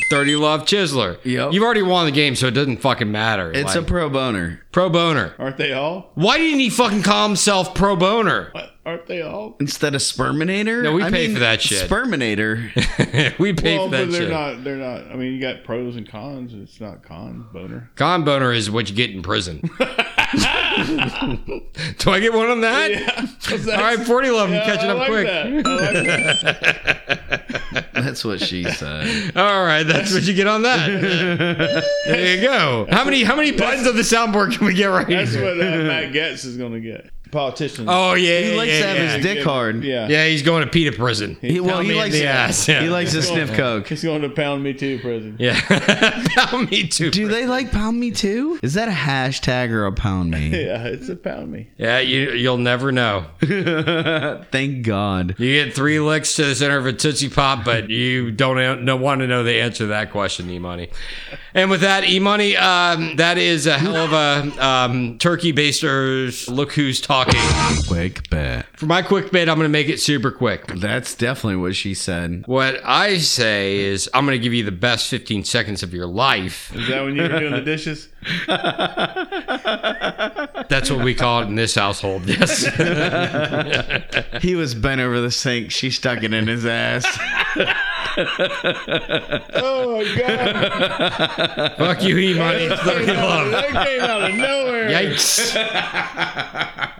Thirty Love Chisler. Yep. You've already won the game, so it doesn't fucking matter. It's a Like, pro boner. pro boner. Aren't they all? Why didn't he fucking call himself pro boner? What? Aren't they all? Instead of sperminator? No, we pay for that shit. Sperminator. we paid Well, for that but they're shit. not. They're not. I mean, you got pros and cons. and It's not con boner. Con boner is what you get in prison. Do I get one on that? All right, 40 love. I'm catching I up like quick. That. I like that. That's what she said. All right, that's what you get on that. there you go. How many how many buttons on the soundboard can we get right That's here? what uh, Matt Getz is going to get. Politician. Oh yeah, He yeah, likes to yeah, have yeah. his dick hard. Yeah. Yeah, he's going to PETA prison. He, well, Pound he me in likes the ass, yeah. He likes to sniff coke. He's going to pound me too, prison. Yeah, pound me too. Do they like pound me too? Is that a hashtag or a pound me? Yeah, it's a pound me. Yeah, you you'll never know. Thank God. You get three licks to the center of a tootsie pop, but you don't an- no, want to know the answer to that question, E-Money. And with that, E-Money, um, that is a hell of a um, turkey baster's look who's talking. Quick bet. For my quick bit, I'm going to make it super quick. That's definitely what she said. What I say is, I'm going to give you the best 15 seconds of your life. Is that when you were doing the dishes? That's what we call it in this household. Yes. He was bent over the sink. She stuck it in his ass. Oh, my God. Fuck you, E-Money. It's the real love. that came out of nowhere. Yikes.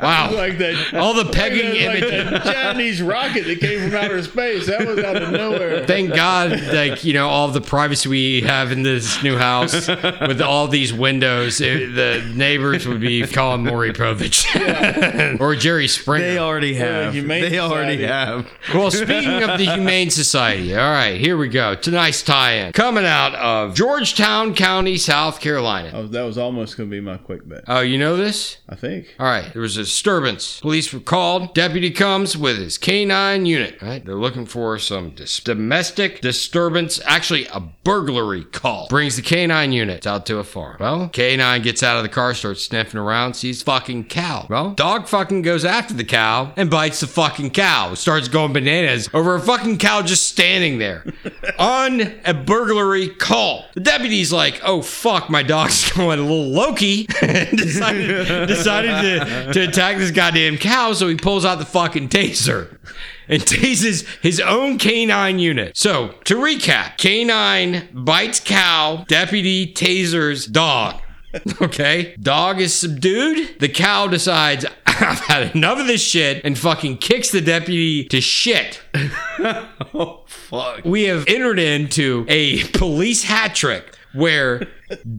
Wow. Like that. All the pegging like that- images. like that Chinese rocket that came from outer space. That was out of nowhere. Thank God, like you know, all the privacy we have in this new house with all these windows, it- the neighbors would be calling Maury Povich or Jerry Springer. They already have. Humane They already Society. have. Well, speaking of the Humane Society, all right, here we go. Tonight's tie-in coming out of Georgetown County, South Carolina. Oh, that was almost going to be my quick bet, Oh, you know this? I think. All right, there was a disturbance. Police were called. Deputy comes with his K9 unit. All right, they're looking for some dis- domestic disturbance, actually a burglary call. Brings the K9 unit It's out to a farm. Well, K9 gets out of the car, starts sniffing around, sees fucking cow. Well, dog fucking goes after the cow and bites the fucking cow. Starts going bananas over a fucking cow just standing there on a burglary call. The deputy's like, "Oh fuck, my dog's going a little Loki," and decided, decided to, to attack this goddamn cow. So he pulls out the fucking taser and tases his own canine unit. So to recap, canine bites cow, deputy tasers dog. Okay. Dog is subdued. The cow decides, I've had enough of this shit, and fucking kicks the deputy to shit. We have entered into a police hat trick where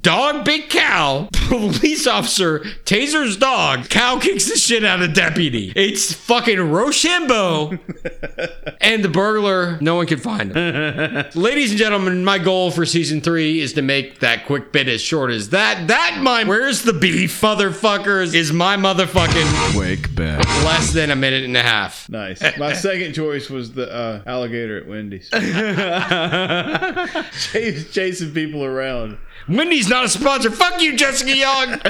Dog big cow. Police officer tasers dog. Cow kicks the shit out of deputy. It's fucking Rochambeau. and the burglar, no one can find him. Ladies and gentlemen, my goal for season three is to make that quick bit as short as that. That my where's the beef, motherfuckers, is my motherfucking quick bit. Less than a minute and a half. Nice. My second choice was the uh, alligator at Wendy's. Chase, chasing people around. Wendy's not a sponsor. Fuck you, Jessica Young.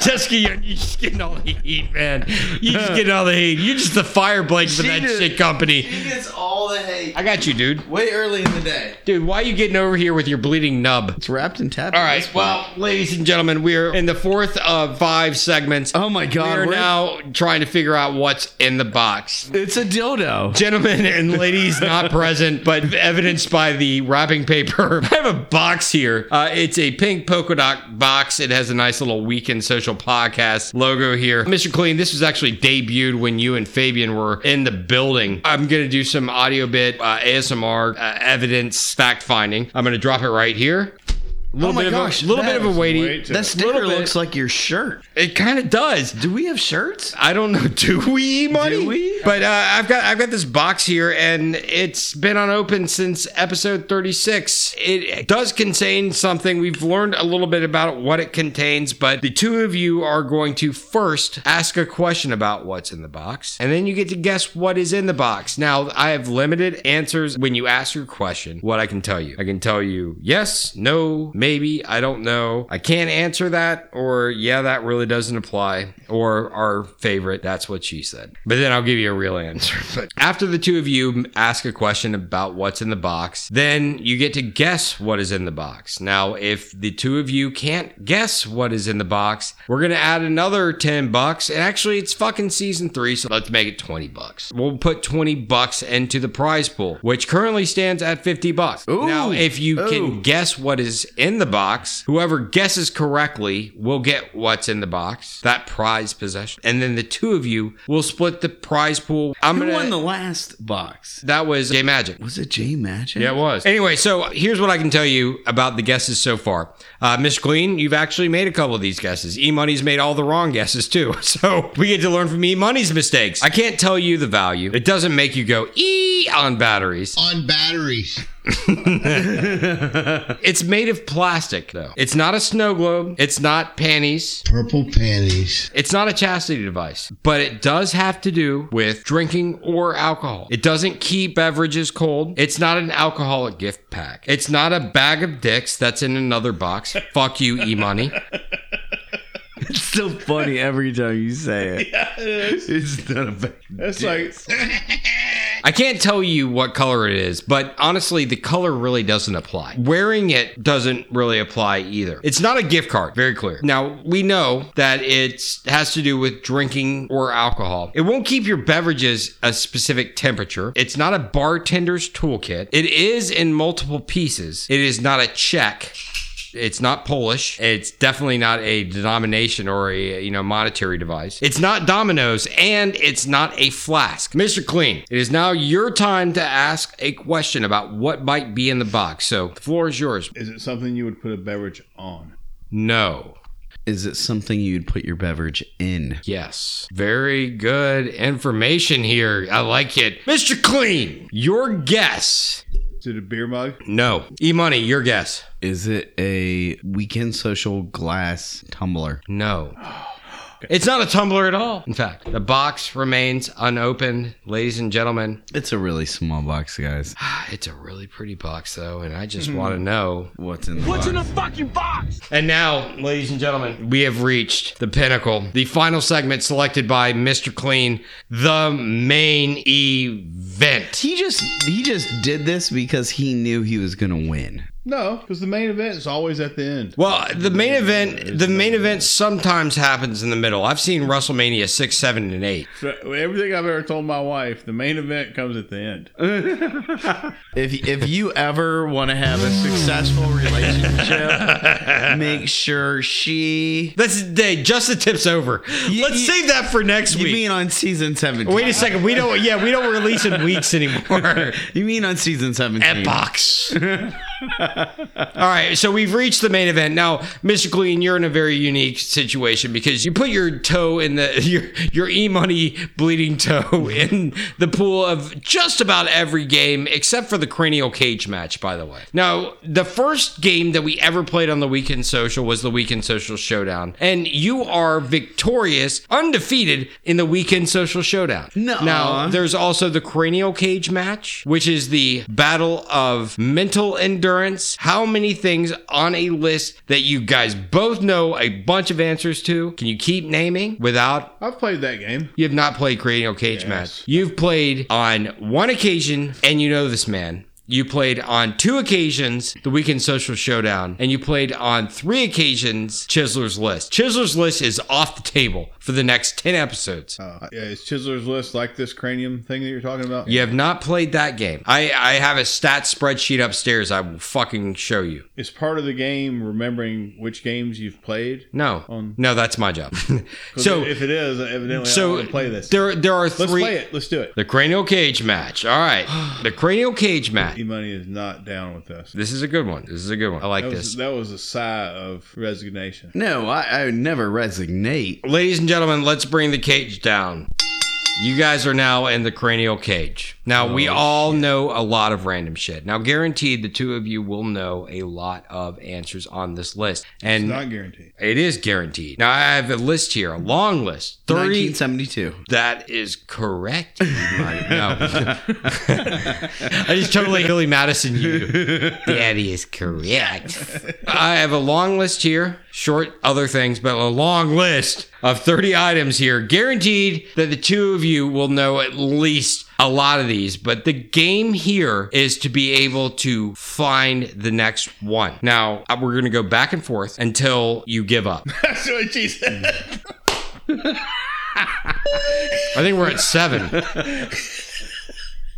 Jessica Young, you're just getting all the heat, man. You just getting all the heat. You're just the fire blade for She that did- shit company. He gets all the hate. I got you, dude. Way early in the day. Dude, why are you getting over here with your bleeding nub? It's wrapped in tape. All right. Well, ladies and gentlemen, we are in the fourth of five segments. Oh my God, We are we're- now trying to figure out what's in the box. It's a dildo. Gentlemen and ladies not present, but evidenced by the wrapping paper. I have a box here. Uh, it's a pink polka dot box. It has a nice little weekend social podcast logo here. Mr. Clean, this was actually debuted when you and Fabian were in the building. I'm going to do some audio bit, uh, ASMR, uh, evidence, fact finding. I'm going to drop it right here. Little Oh my bit gosh, of a little bit that of a is weighty. Wait to- That sticker Little bit. looks like your shirt. It kind of does. Do we have shirts? I don't know. Do we eat money? Do we? But uh, I've got I've got this box here, and it's been unopened since episode thirty six. It does contain something. We've learned a little bit about what it contains, but the two of you are going to first ask a question about what's in the box, and then you get to guess what is in the box. Now I have limited answers when you ask your question. What I can tell you, I can tell you yes, no, maybe, I don't know, I can't answer that, or yeah, that really doesn't apply, or our favorite, that's what she said. But then I'll give you a real answer. But after the two of you ask a question about what's in the box, then you get to guess what is in the box. Now, if the two of you can't guess what is in the box, we're gonna add another 10 bucks. And actually, it's fucking season three, so let's make it 20 bucks. We'll put 20 bucks into the prize pool, which currently stands at 50 bucks. Now, if you can guess what is in the box, whoever guesses correctly will get what's in the box, that prize possession. And then the two of you will split the prize pool. I'm Who gonna won the last box? that was J Magic. Was it J Magic? Yeah, it was. Anyway, so here's what I can tell you about the guesses so far. Uh, Miss Glean, you've actually made a couple of these guesses. E Money's made all the wrong guesses too. So we get to learn from E Money's mistakes. I can't tell you the value. It doesn't make you go E on batteries. On batteries. It's made of plastic though. It's not a snow globe. It's not panties. Purple panties. It's not a chastity device, but it does have to do with drinking or alcohol. It doesn't keep beverages cold. It's not an alcoholic gift pack. It's not a bag of dicks that's in another box. Fuck you, e money. It's so funny every time you say it. It's not a bad. That's like I can't tell you what color it is, but honestly, the color really doesn't apply. Wearing it doesn't really apply either. It's not a gift card, very clear. Now, we know that it has to do with drinking or alcohol. It won't keep your beverages a specific temperature. It's not a bartender's toolkit. It is in multiple pieces. It is not a check. It's not Polish. It's definitely not a denomination or a you know monetary device. It's not dominoes, and it's not a flask. Mr. Clean, it is now your time to ask a question about what might be in the box. So the floor is yours. Is it something you would put a beverage on? No. Is it something you'd put your beverage in? Yes. Very good information here. I like it. Mr. Clean, your guess. Is it a beer mug? No. E money, your guess. Is it a weekend social glass tumbler? No. It's not a tumbler at all. In fact, the box remains unopened. Ladies and gentlemen, It's a really small box, guys. It's a really pretty box, though, and I just want to know. What's in the What's box? Mm-hmm. And now, ladies and gentlemen, we have reached the pinnacle, the final segment selected by Mr. Clean, the main event. he just he just did this because he knew he was gonna win. No, because the main event is always at the end. Well, the main event, the main event sometimes happens in the middle. I've seen WrestleMania six, seven, and eight. So, Everything I've ever told my wife, the main event comes at the end. Uh. If if you ever want to have a successful relationship, make sure she. That's the day. Just the tips over. You- Let's you- save that for next You week. mean on season seventeen? Wait a second. We don't. Yeah, we don't release in weeks anymore. You mean on season seventeen? Epochs. All right, so we've reached the main event now. Mystically, and you're in a very unique situation because you put your toe in the your your e money bleeding toe in the pool of just about every game except for the cranial cage match. By the way, now the first game that we ever played on the weekend social was the weekend social showdown, and you are victorious, undefeated in the weekend social showdown. Nuh-uh. now there's also the cranial cage match, which is the battle of mental endurance. How many things on a list that you guys both know a bunch of answers to? Can you keep naming without? I've played that game. You have not played cranial cage match. You've played on one occasion, and you know this man. You played on two occasions the Weekend Social Showdown, and you played on three occasions Chisler's List. Chisler's List is off the table for the next 10 episodes. Uh, yeah, is Chisler's List like this cranium thing that you're talking about? You have not played that game. I, I have a stat spreadsheet upstairs I will fucking show you. Is part of the game remembering which games you've played? No. On- no, that's my job. 'Cause so if it is, evidently I so want to play this. there there are Let's three play it. Let's do it. The cranial cage match. All right. the cranial cage match. E Money is not down with us. This is a good one. This is a good one. I like That this. was, that was a sigh of resignation. No, I, I would never resignate. Ladies and gentlemen, let's bring the cage down. You guys are now in the cranial cage. Now, we all know a lot of random shit. Now, guaranteed, the two of you will know a lot of answers on this list. And Not guaranteed. It is guaranteed. Now I have a list here, a long list. Thirty. 1972. That is correct. you might- No, I just totally Billy Madison you. That is correct. I have a long list here, short other things, but a long list of thirty items here. Guaranteed that the two of you will know at least a lot of these, but the game here is to be able to find the next one. Now, uh, we're going to go back and forth until you give up. That's what she said. I think we're at seven.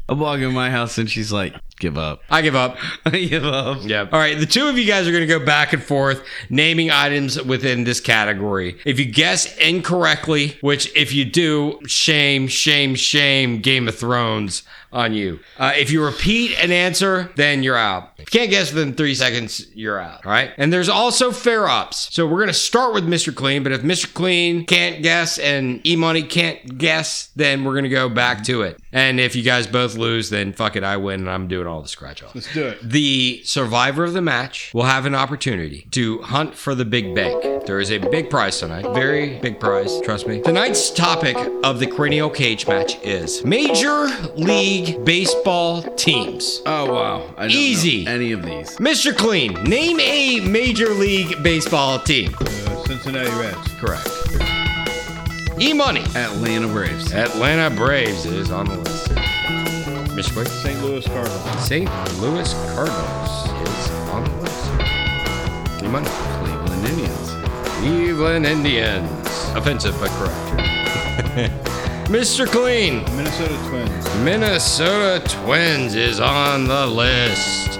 I walk in my house and she's like, give up. I give up. I give up. All right, the two of you guys are going to go back and forth naming items within this category. If you guess incorrectly, which if you do, shame, shame, shame, Game of Thrones on you. Uh, if you repeat an answer, then you're out. If you can't guess within three seconds, you're out. All right. And there's also fair ups. So we're going to start with Mr. Clean, but if Mr. Clean can't guess and E Money can't guess, then we're going to go back to it. And if you guys both lose, then fuck it, I win and I'm doing all the scratch off. Let's do it. The survivor of the match will have an opportunity to hunt for the big bank. There is a big prize tonight. Very big prize, trust me. Tonight's topic of the cranial cage match is Major League Baseball teams. Oh, wow. I don't Easy. know any of these. Mr. Clean, name a Major League Baseball team. Uh, Cincinnati Reds. Correct. E Money. Atlanta Braves. Atlanta Braves is on the list. Mr. Blake. St. Louis Cardinals. St. Louis Cardinals is on the list. E Money. Cleveland Indians. Cleveland Indians. Offensive, but correct. Mr. Clean, Minnesota Twins. Minnesota Twins is on the list.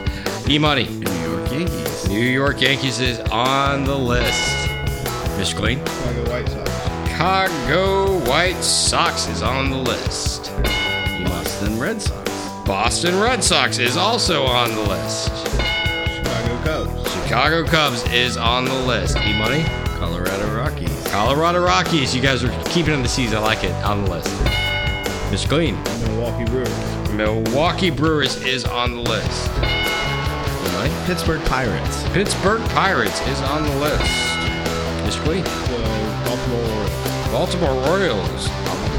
E Money, New York Yankees. New York Yankees is on the list. Mr. Clean, Chicago White Sox. Chicago White Sox is on the list. Boston Red Sox. Boston Red Sox is also on the list. Chicago Cubs. Chicago Cubs is on the list. E Money, Colorado Rockies. Colorado Rockies. You guys are keeping on the season. I like it. On the list. Mr. Clean. Milwaukee Brewers. Milwaukee Brewers is on the list. Right? Pittsburgh Pirates. Pittsburgh Pirates is on the list. Mr. Clean. Uh, Baltimore Orioles. Baltimore Orioles on the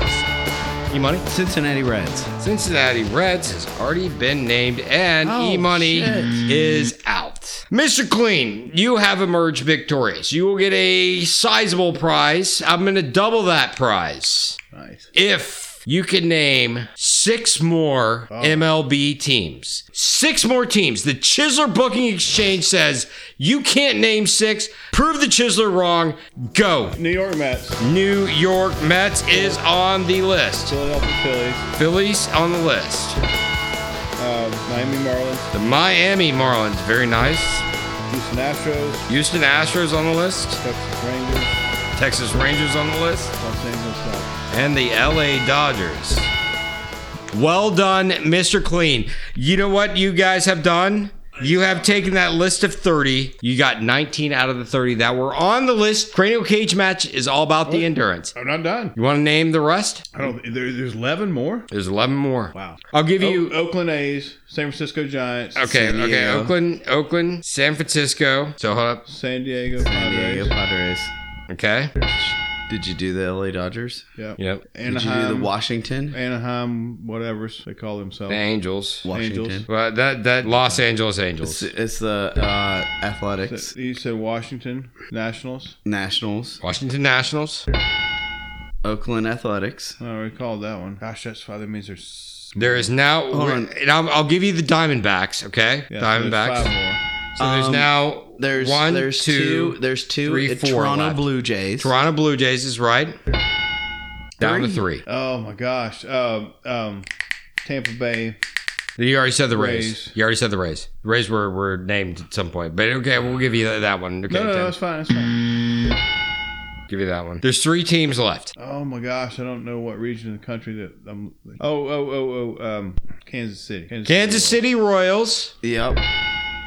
list. E Money. Cincinnati Reds. Cincinnati Reds has already been named, and Oh, E Money shit. is out. Mr. Clean, you have emerged victorious. You will get a sizable prize. I'm going to double that prize. Nice. if you can name six more MLB teams. Six more teams. The Chisler Booking Exchange says you can't name six. Prove the Chisler wrong. Go. New York Mets. New York Mets is on the list. Philadelphia Phillies. Phillies on the list. Uh, Miami Marlins. The Miami Marlins, very nice. Houston Astros. Houston Astros on the list. Texas Rangers. Texas Rangers on the list. Los Angeles Dodgers. and the LA Dodgers. Well done, Mr. Clean. You know what you guys have done? You have taken that list of 30. You got 19 out of the 30 that were on the list. Cranial cage match is all about the endurance. I'm Oh, not done. You want to name the rest? I don't. There, there's 11 more. There's 11 more. Wow. I'll give you. O- Oakland A's, San Francisco Giants. Okay, San okay. Diego- Oakland, Oakland, San Francisco. So hold up. San Diego Padres. Diego Padres. Okay. Did you do the LA Dodgers? Yep. Yep. Did you Anaheim. do the Washington? Anaheim, whatever's they call themselves. The Angels. Washington. Angels. Well, that that Los Angeles It's, Angels. it's the uh, Athletics, You said Washington Nationals. Nationals, Washington Nationals. Oakland Athletics. I already called that one. Gosh, that's why that means there's. There is now, Hold on. and I'll, I'll give you the Diamondbacks. Okay, Yeah, so there's Diamondbacks. Five more. So there's Um, now There's one, there's two, two, there's two three, uh, four Toronto left. Blue Jays. Toronto Blue Jays is right. Down to three. Oh my gosh. Um, um, Tampa Bay. You already said the Rays. Rays. You already said the Rays. The Rays were, were named at some point, but okay, we'll give you that, that one. Okay, No, no, Tim. no, it's fine. It's fine. give you that one. There's three teams left. Oh my gosh, I don't know what region of the country that I'm. Oh, oh, oh, oh. Um, Kansas City. Kansas City Royals. Yep.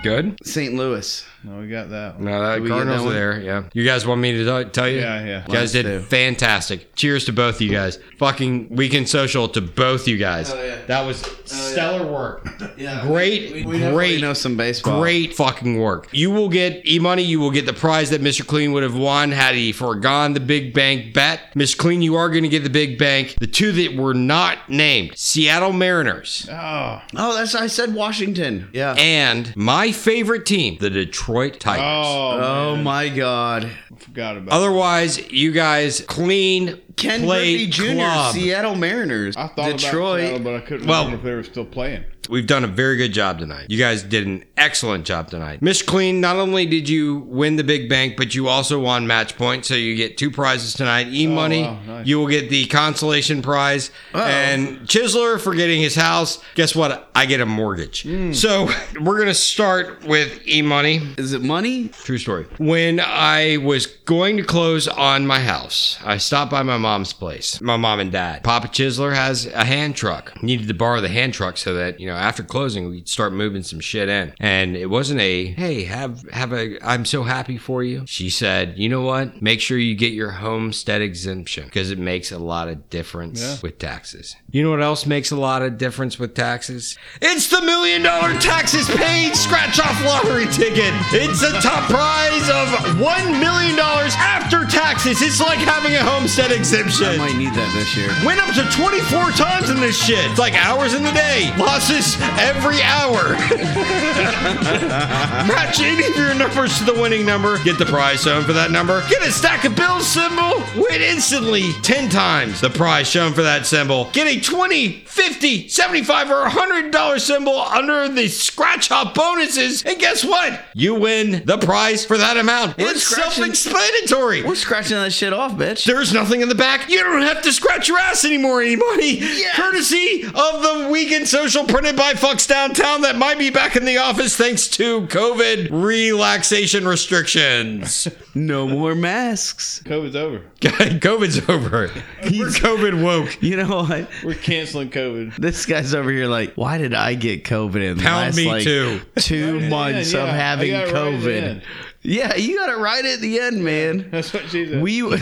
Good. St. Louis. No, we got that. One. No, that Did we get Cardinals that are one? there. Yeah. You guys want me to tell- tell you? Yeah, yeah. You guys did Let's do. fantastic. Cheers to both of you guys. Fucking weekend social to both you guys. Oh, yeah. That was stellar work. Yeah. Great, We- we- great You know some baseball. Great fucking work. You will get e money. You will get the prize that Mr. Clean would have won had he foregone the big bank bet. Mr. Clean, you are going to get the big bank. The two that were not named Seattle Mariners Oh, Oh, that's I said Washington. Oh, Yeah. and my favorite team, the Detroit Tigers. oh, oh my God. I forgot about. Other. Otherwise, you guys clean Ken play Griffey Jr. club. Seattle Mariners. I thought Detroit. about Seattle, but I couldn't Well- remember if they were still playing. We've done a very good job tonight. You guys did an excellent job tonight. Mr. Clean, not only did you win the big bank, but you also won match point. So you get two prizes tonight. E money, Oh, wow, nice. you will get the consolation prize. And Chisler for getting his house. Guess what? I get a mortgage. Hmm. So we're going to start with E money. Is it money? True story. When I was going to close on my house, I stopped by my mom's place. My mom and dad. Papa Chisler has a hand truck. Needed to borrow the hand truck so that you know after closing we'd start moving some shit in. And it wasn't a hey have have a I'm so happy for you. She said you know what make sure you get your homestead exemption because it makes a lot of difference with taxes. You know what else makes a lot of difference with taxes? It's the million dollar taxes paid scratch off lottery ticket. It's a top prize of one million dollars after taxes. It's like having a homestead I exemption. might need that this year. Went up to 24 times in this shit. It's like hours in the day, losses every hour. Match any of your numbers to the winning number. Get the prize shown for that number. Get a stack of bills symbol. Win instantly 10 times the prize shown for that symbol. Get a 20, 50, 75, or $100 symbol under the scratch off bonuses. And guess what? You win the prize for that amount. it's self scratching- explanatory. We're scratching that shit off, bitch. There's nothing in the back. You don't have to scratch your ass anymore, anybody. Courtesy of the weekend social printed by Fucks Downtown that might be back in the office thanks to COVID relaxation restrictions. No more masks. COVID's over. COVID's over. We're COVID woke. You know what? We're canceling COVID. This guy's over here like, why did I get COVID in the Pound last me like too. two months yeah, of I having got it right at the COVID? end. yeah, you got it right at the end, man. That's what she said. We put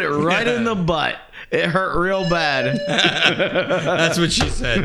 it right in the butt. It hurt real bad. That's what she said.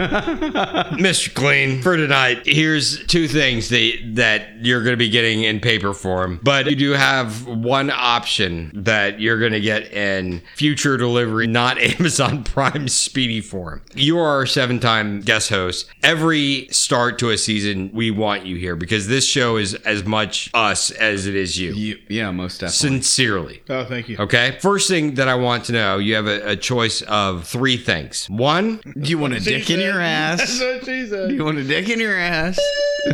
Mr. Clean, for tonight, here's two things that, that you're going to be getting in paper form. But you do have one option that you're going to get in future delivery, not Amazon Prime speedy form. You are our seven time guest host. Every start to a season, we want you here because this show is as much us as it is you. yeah, most definitely. Sincerely. oh, thank you. Okay. First thing that I want to know, you have a, a choice of three things. One, Do you want a dick in your ass? That's what she Do said. you want a dick in your ass?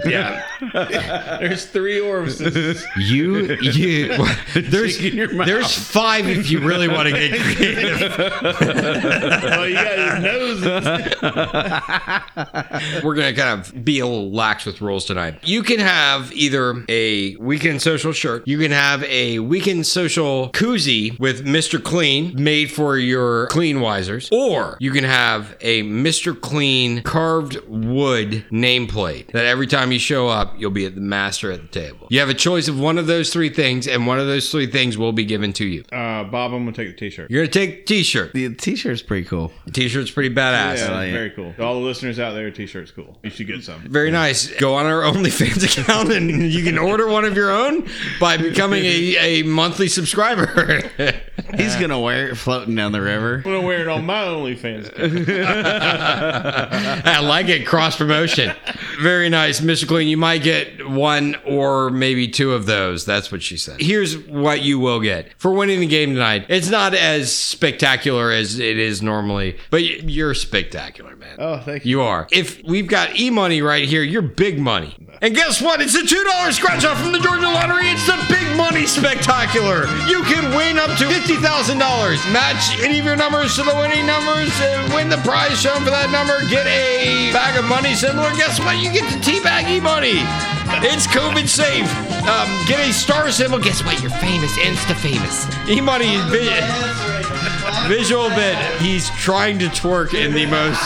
Yeah. There's three orifices. You, you, there's, Chicken in your mouth. there's five if you really want to get creative. well, you got his nose. We're going to kind of be a little lax with rules tonight. You can have either a weekend social shirt, you can have a weekend social koozie with Mr. Clean made for your clean wisers, or you can have a Mr. Clean carved wood nameplate that every time you show up, you'll be at the master at the table. You have a choice of one of those three things, and one of those three things will be given to you. Uh, Bob, I'm gonna take the T-shirt. You're going to take the t shirt. The t-shirt's pretty cool. The t shirt's pretty badass. Yeah, like it. very cool. To all the listeners out there, T-shirt's cool. You should get some. Very nice. Go on our OnlyFans account and you can order one of your own by becoming a, a monthly subscriber. He's gonna wear it floating down the river. I'm gonna wear it on my OnlyFans. account. I like it. Cross promotion. Very nice, Mr. Clean. You might get one or maybe two of those. That's what she said. Here's what you will get for winning the game tonight. It's not as spectacular as it is normally, but y- you're spectacular, man. Oh, thank you. You are. If we've got e money right here, you're big money. And guess what? It's the $2 scratch off from the Georgia Lottery. It's the big money spectacular. You can win up to $50,000. Match any of your numbers to the winning numbers and win the prize shown for that number. Get a bag of money similar. Guess what? You get the teabag e money. It's COVID safe. Um, get a star symbol. Guess what? You're famous. Insta famous. E money is big. Visual bit. He's trying to twerk in the most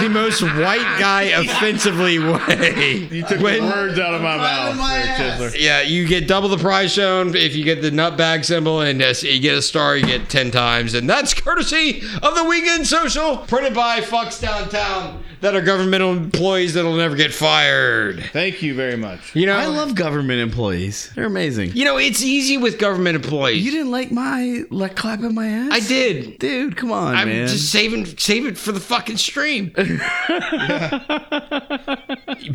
the most white guy offensively way. You took When- the words out of my Right in mouth, my there, ass. Chisler. yeah, you get double the prize shown if you get the nutbag symbol, and uh, you get a star, you get 10 times. And that's courtesy of the Weekend Social, printed by Fucks Downtown, that are governmental employees that'll never get fired. Thank you very much. You know, I love government employees. They're amazing. you know, it's easy with government employees. You didn't like my like clapping my ass? I did. Dude, come on, I'm man. just saving save it for the fucking stream. But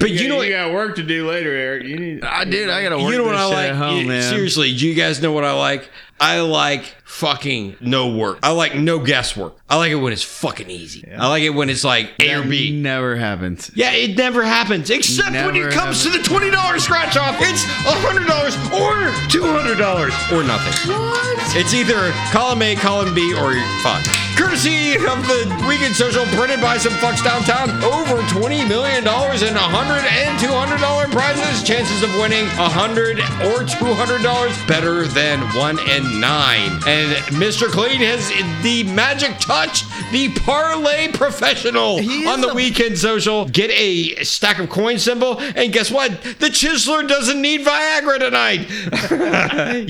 you You know know what? you got work to do later, Eric. You need. I dude, I gotta work you know what this I shit like? at home, You- man. Seriously, do you guys know what I like? I like fucking no work. I like no guesswork. I like it when it's fucking easy. I like it when it's like A or That B. never happens. Yeah, it never happens except when it Never comes to the twenty dollars scratch off. It's hundred dollars or two hundred dollars or nothing. What? It's either column A, column B, or fuck. Courtesy of the Weekend Social, printed by some fucks downtown. Over twenty million dollars in hundred and two hundred dollar prizes. Chances of winning hundred or two hundred dollars better than one and nine. And Mr. Clean has the magic touch, the parlay professional He is on the a- weekend social. Get a stack of coin symbol, and guess what? The Chisler doesn't need Viagra tonight.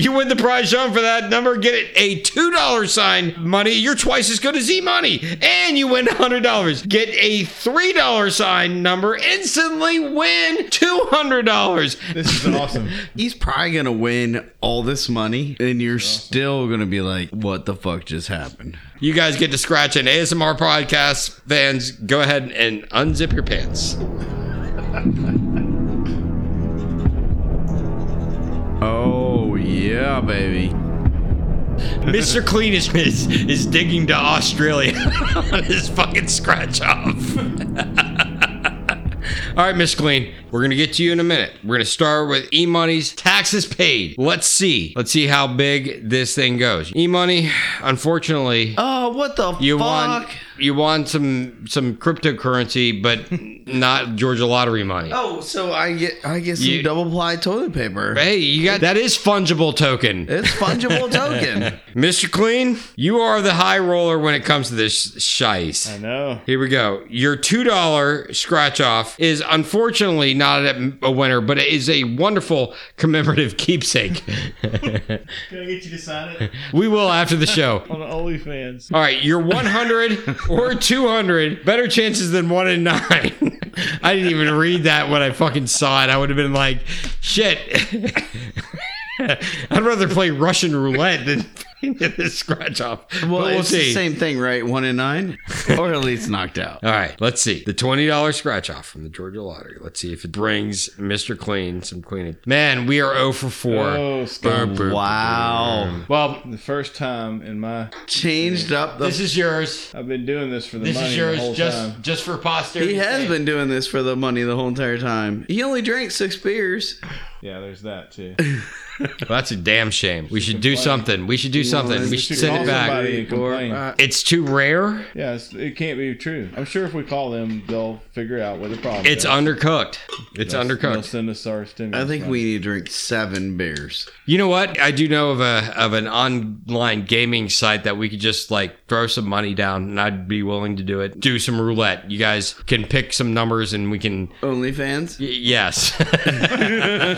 you win the prize shown for that number. Get it a two dollar sign money. You're twice as good as E Money, and you win hundred dollars. Get a three dollar sign number. Instantly win two hundred dollars. This is awesome. He's probably gonna win all this money, and you're still gonna be like, "What the fuck just happened?" You guys get to scratch an ASMR podcast fans. Go ahead and unzip your pants. Oh yeah, baby. Mr. Clean is, is is digging to Australia on his fucking scratch off. All right, Miss Clean, we're gonna get to you in a minute. We're gonna start with E Money's taxes paid. Let's see. Let's see how big this thing goes. E Money, unfortunately, Oh, what the you fuck? won. You won some some cryptocurrency, but not Georgia lottery money. Oh, so I get I get some You- double ply toilet paper. Hey, you got that is fungible token. It's fungible token. Mr. Clean, you are the high roller when it comes to this shice. I know. Here we go. Your two dollar scratch off is unfortunately not a, a winner, but it is a wonderful commemorative keepsake. Can I get you to sign it we will after the show. on OnlyFans? All right, your 100 or 200 better chances than one in nine. I didn't even read that when I fucking saw it. I would have been like, shit. I'd rather play Russian roulette than into this scratch off. but Well, we'll it's see. the same thing, right? One in nine, or at least knocked out. All right, let's see. The $20 scratch off from the Georgia Lottery. Let's see if it brings Mr. Clean some cleaning. Man, we are 0 for 4. Oh, Scott. Burr, burr, Wow. Well, the first time in my, Changed up burr. This the. is yours. I've been doing this for the This money is the whole yours just time. just for posterity. He has been doing this for the money the whole entire time. He only drank six beers. Yeah, there's that too. that's a damn shame. We should do something. We should do something. We should send call it back. somebody and complain. uh, It's too rare. yeah, it's, it can't be true. I'm sure if we call them, they'll figure out what the problem It's is. undercooked. It's They'll- They'll undercooked. send us our stimulus. I think money. we need to drink seven beers. You know what? I do know of a of an online gaming site that we could just like throw some money down, and I'd be willing to do it. Do some roulette. You guys can pick some numbers, and we can. OnlyFans? y- Yes,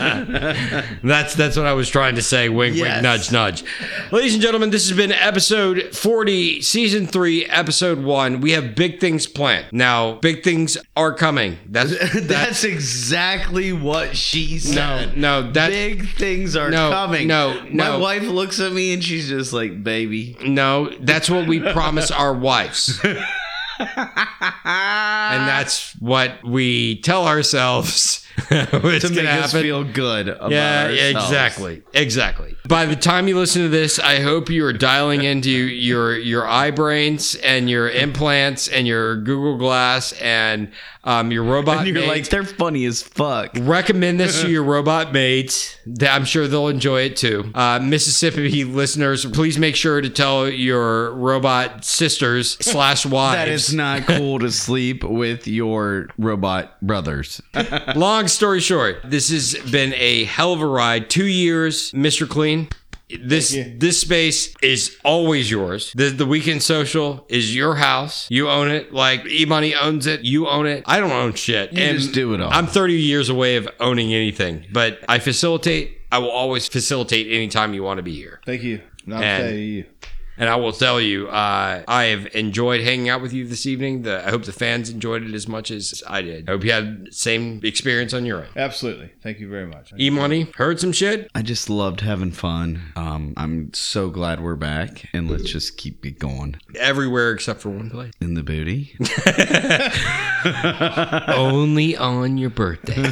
that's that's what I was trying to say. Wink, Yes. wink, nudge, nudge. Ladies and gentlemen, this has been episode forty, season three, episode one. We have big things planned. Now, big things are coming. That's that's That's exactly what she no, said. no. That Big things are No, coming. no, My no. wife looks at me and she's just like, baby. No, that's what we promise our wives. and that's what we tell ourselves. it's To gonna make us happen. feel good about yeah, ourselves. exactly. Exactly. By the time you listen to this, I hope you are dialing into your your eye brains and your implants and your Google Glass and um, your robot. And you're mates. like, they're funny as fuck. Recommend this to your robot mates. Th- I'm sure they'll enjoy it too. Uh, Mississippi listeners, please make sure to tell your robot sisters slash wives. That it's not cool to sleep with your robot brothers. Long story short, this has been a hell of a ride. Two years, Mr. Clean. This this space is always yours. The, the weekend social is your house. You own it. Like E Money owns it. You own it. I don't own shit. You just do it all. I'm 30 years away of owning anything, but I facilitate. I will always facilitate anytime you want to be here. Thank you. Not And- say you. And I will tell you, uh, I have enjoyed hanging out with you this evening. The, I hope the fans enjoyed it as much as I did. I hope you had the same experience on your end. Absolutely. Thank you very much. E Money heard some shit. I just loved having fun. Um, I'm so glad we're back, and let's just keep it going everywhere except for one place. in the booty. Only on your birthday.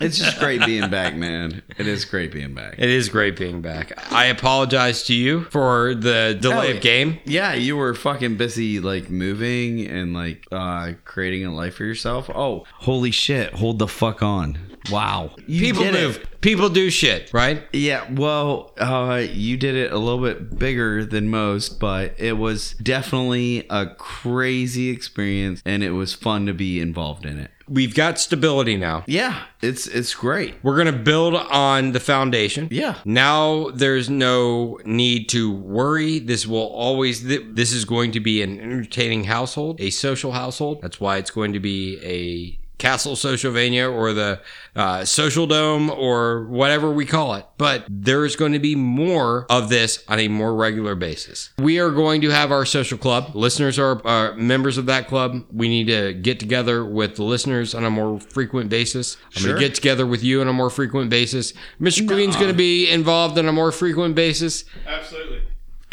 It's just great being back, man. It is great being back. It is great being back. I apologize to you for the delay Oh, of game. Yeah, you were fucking busy like moving and like uh creating a life for yourself. Oh, holy shit! Hold the fuck on! Wow, You People did it. move. People do shit, right? Yeah, well, uh, you did it a little bit bigger than most, but it was definitely a crazy experience, and it was fun to be involved in it. We've got stability now. Yeah, it's it's great. We're going to build on the foundation. Yeah. Now there's no need to worry. This will always, th- this is going to be an entertaining household, a social household. That's why it's going to be a Castle Socialvania or the uh, Social Dome or whatever we call it. But there is going to be more of this on a more regular basis. We are going to have our social club. Listeners are, are members of that club. We need to get together with the listeners on a more frequent basis. I'm going to get together with you on a more frequent basis. Mr. Green's going to be involved on a more frequent basis. Absolutely.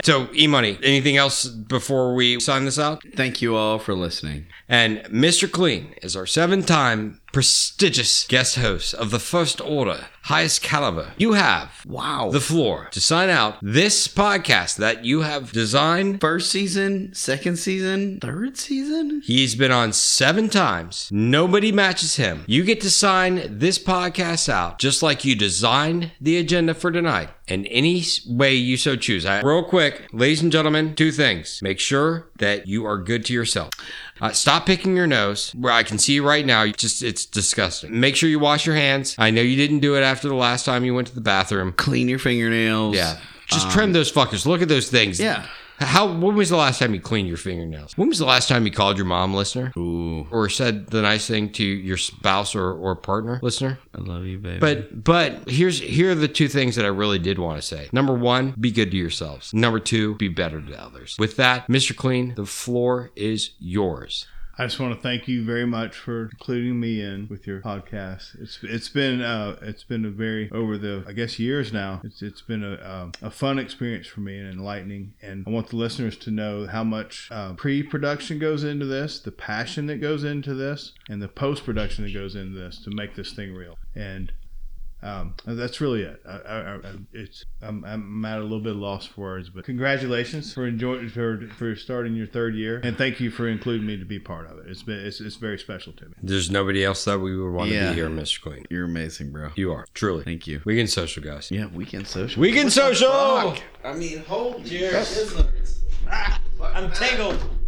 So, e money, anything else before we sign this out? Thank you all for listening. And Mr. Clean is our seven time prestigious guest host of the first order, highest caliber. You have Wow, the floor to sign out this podcast that you have designed. first season, second season, third season. He's been on seven times. Nobody matches him. You get to sign this podcast out just like you designed the agenda for tonight in any s- way you so choose. I, real quick, ladies and gentlemen, two things. Make sure that you are good to yourself. Uh, stop picking your nose where I can see you right now. you Just it's disgusting. Make sure you wash your hands. I know you didn't do it after the last time you went to the bathroom. Clean your fingernails. Yeah. Just trim those fuckers. Look at those things. Yeah. How? When was the last time you cleaned your fingernails? When was the last time you called your mom, listener, Ooh, or said the nice thing to your spouse or, or partner, listener? I love you, baby. But but here's here are the two things that I really did want to say. Number one, be good to yourselves. Number two, be better to others. With that, Mr. Clean, the floor is yours. I just want to thank you very much for including me in with your podcast. It's it's been uh, it's been a very over the I guess years now. It's it's been a um, a fun experience for me and enlightening. And I want the listeners to know how much uh, pre-production goes into this, the passion that goes into this, and the post-production that goes into this to make this thing real. And um, that's really it. I, I, I, it's I'm, I'm at a little bit lost for words, but congratulations for enjoying for, for starting your third year, and thank you for including me to be part of it. It's been it's, it's very special to me. There's nobody else that we would want Yeah. to be here, Mr. Clean. You're amazing, bro. You are truly. Thank you. Weekend social, guys. Yeah, weekend social. Weekend social. I mean, holy shizners. I'm tangled.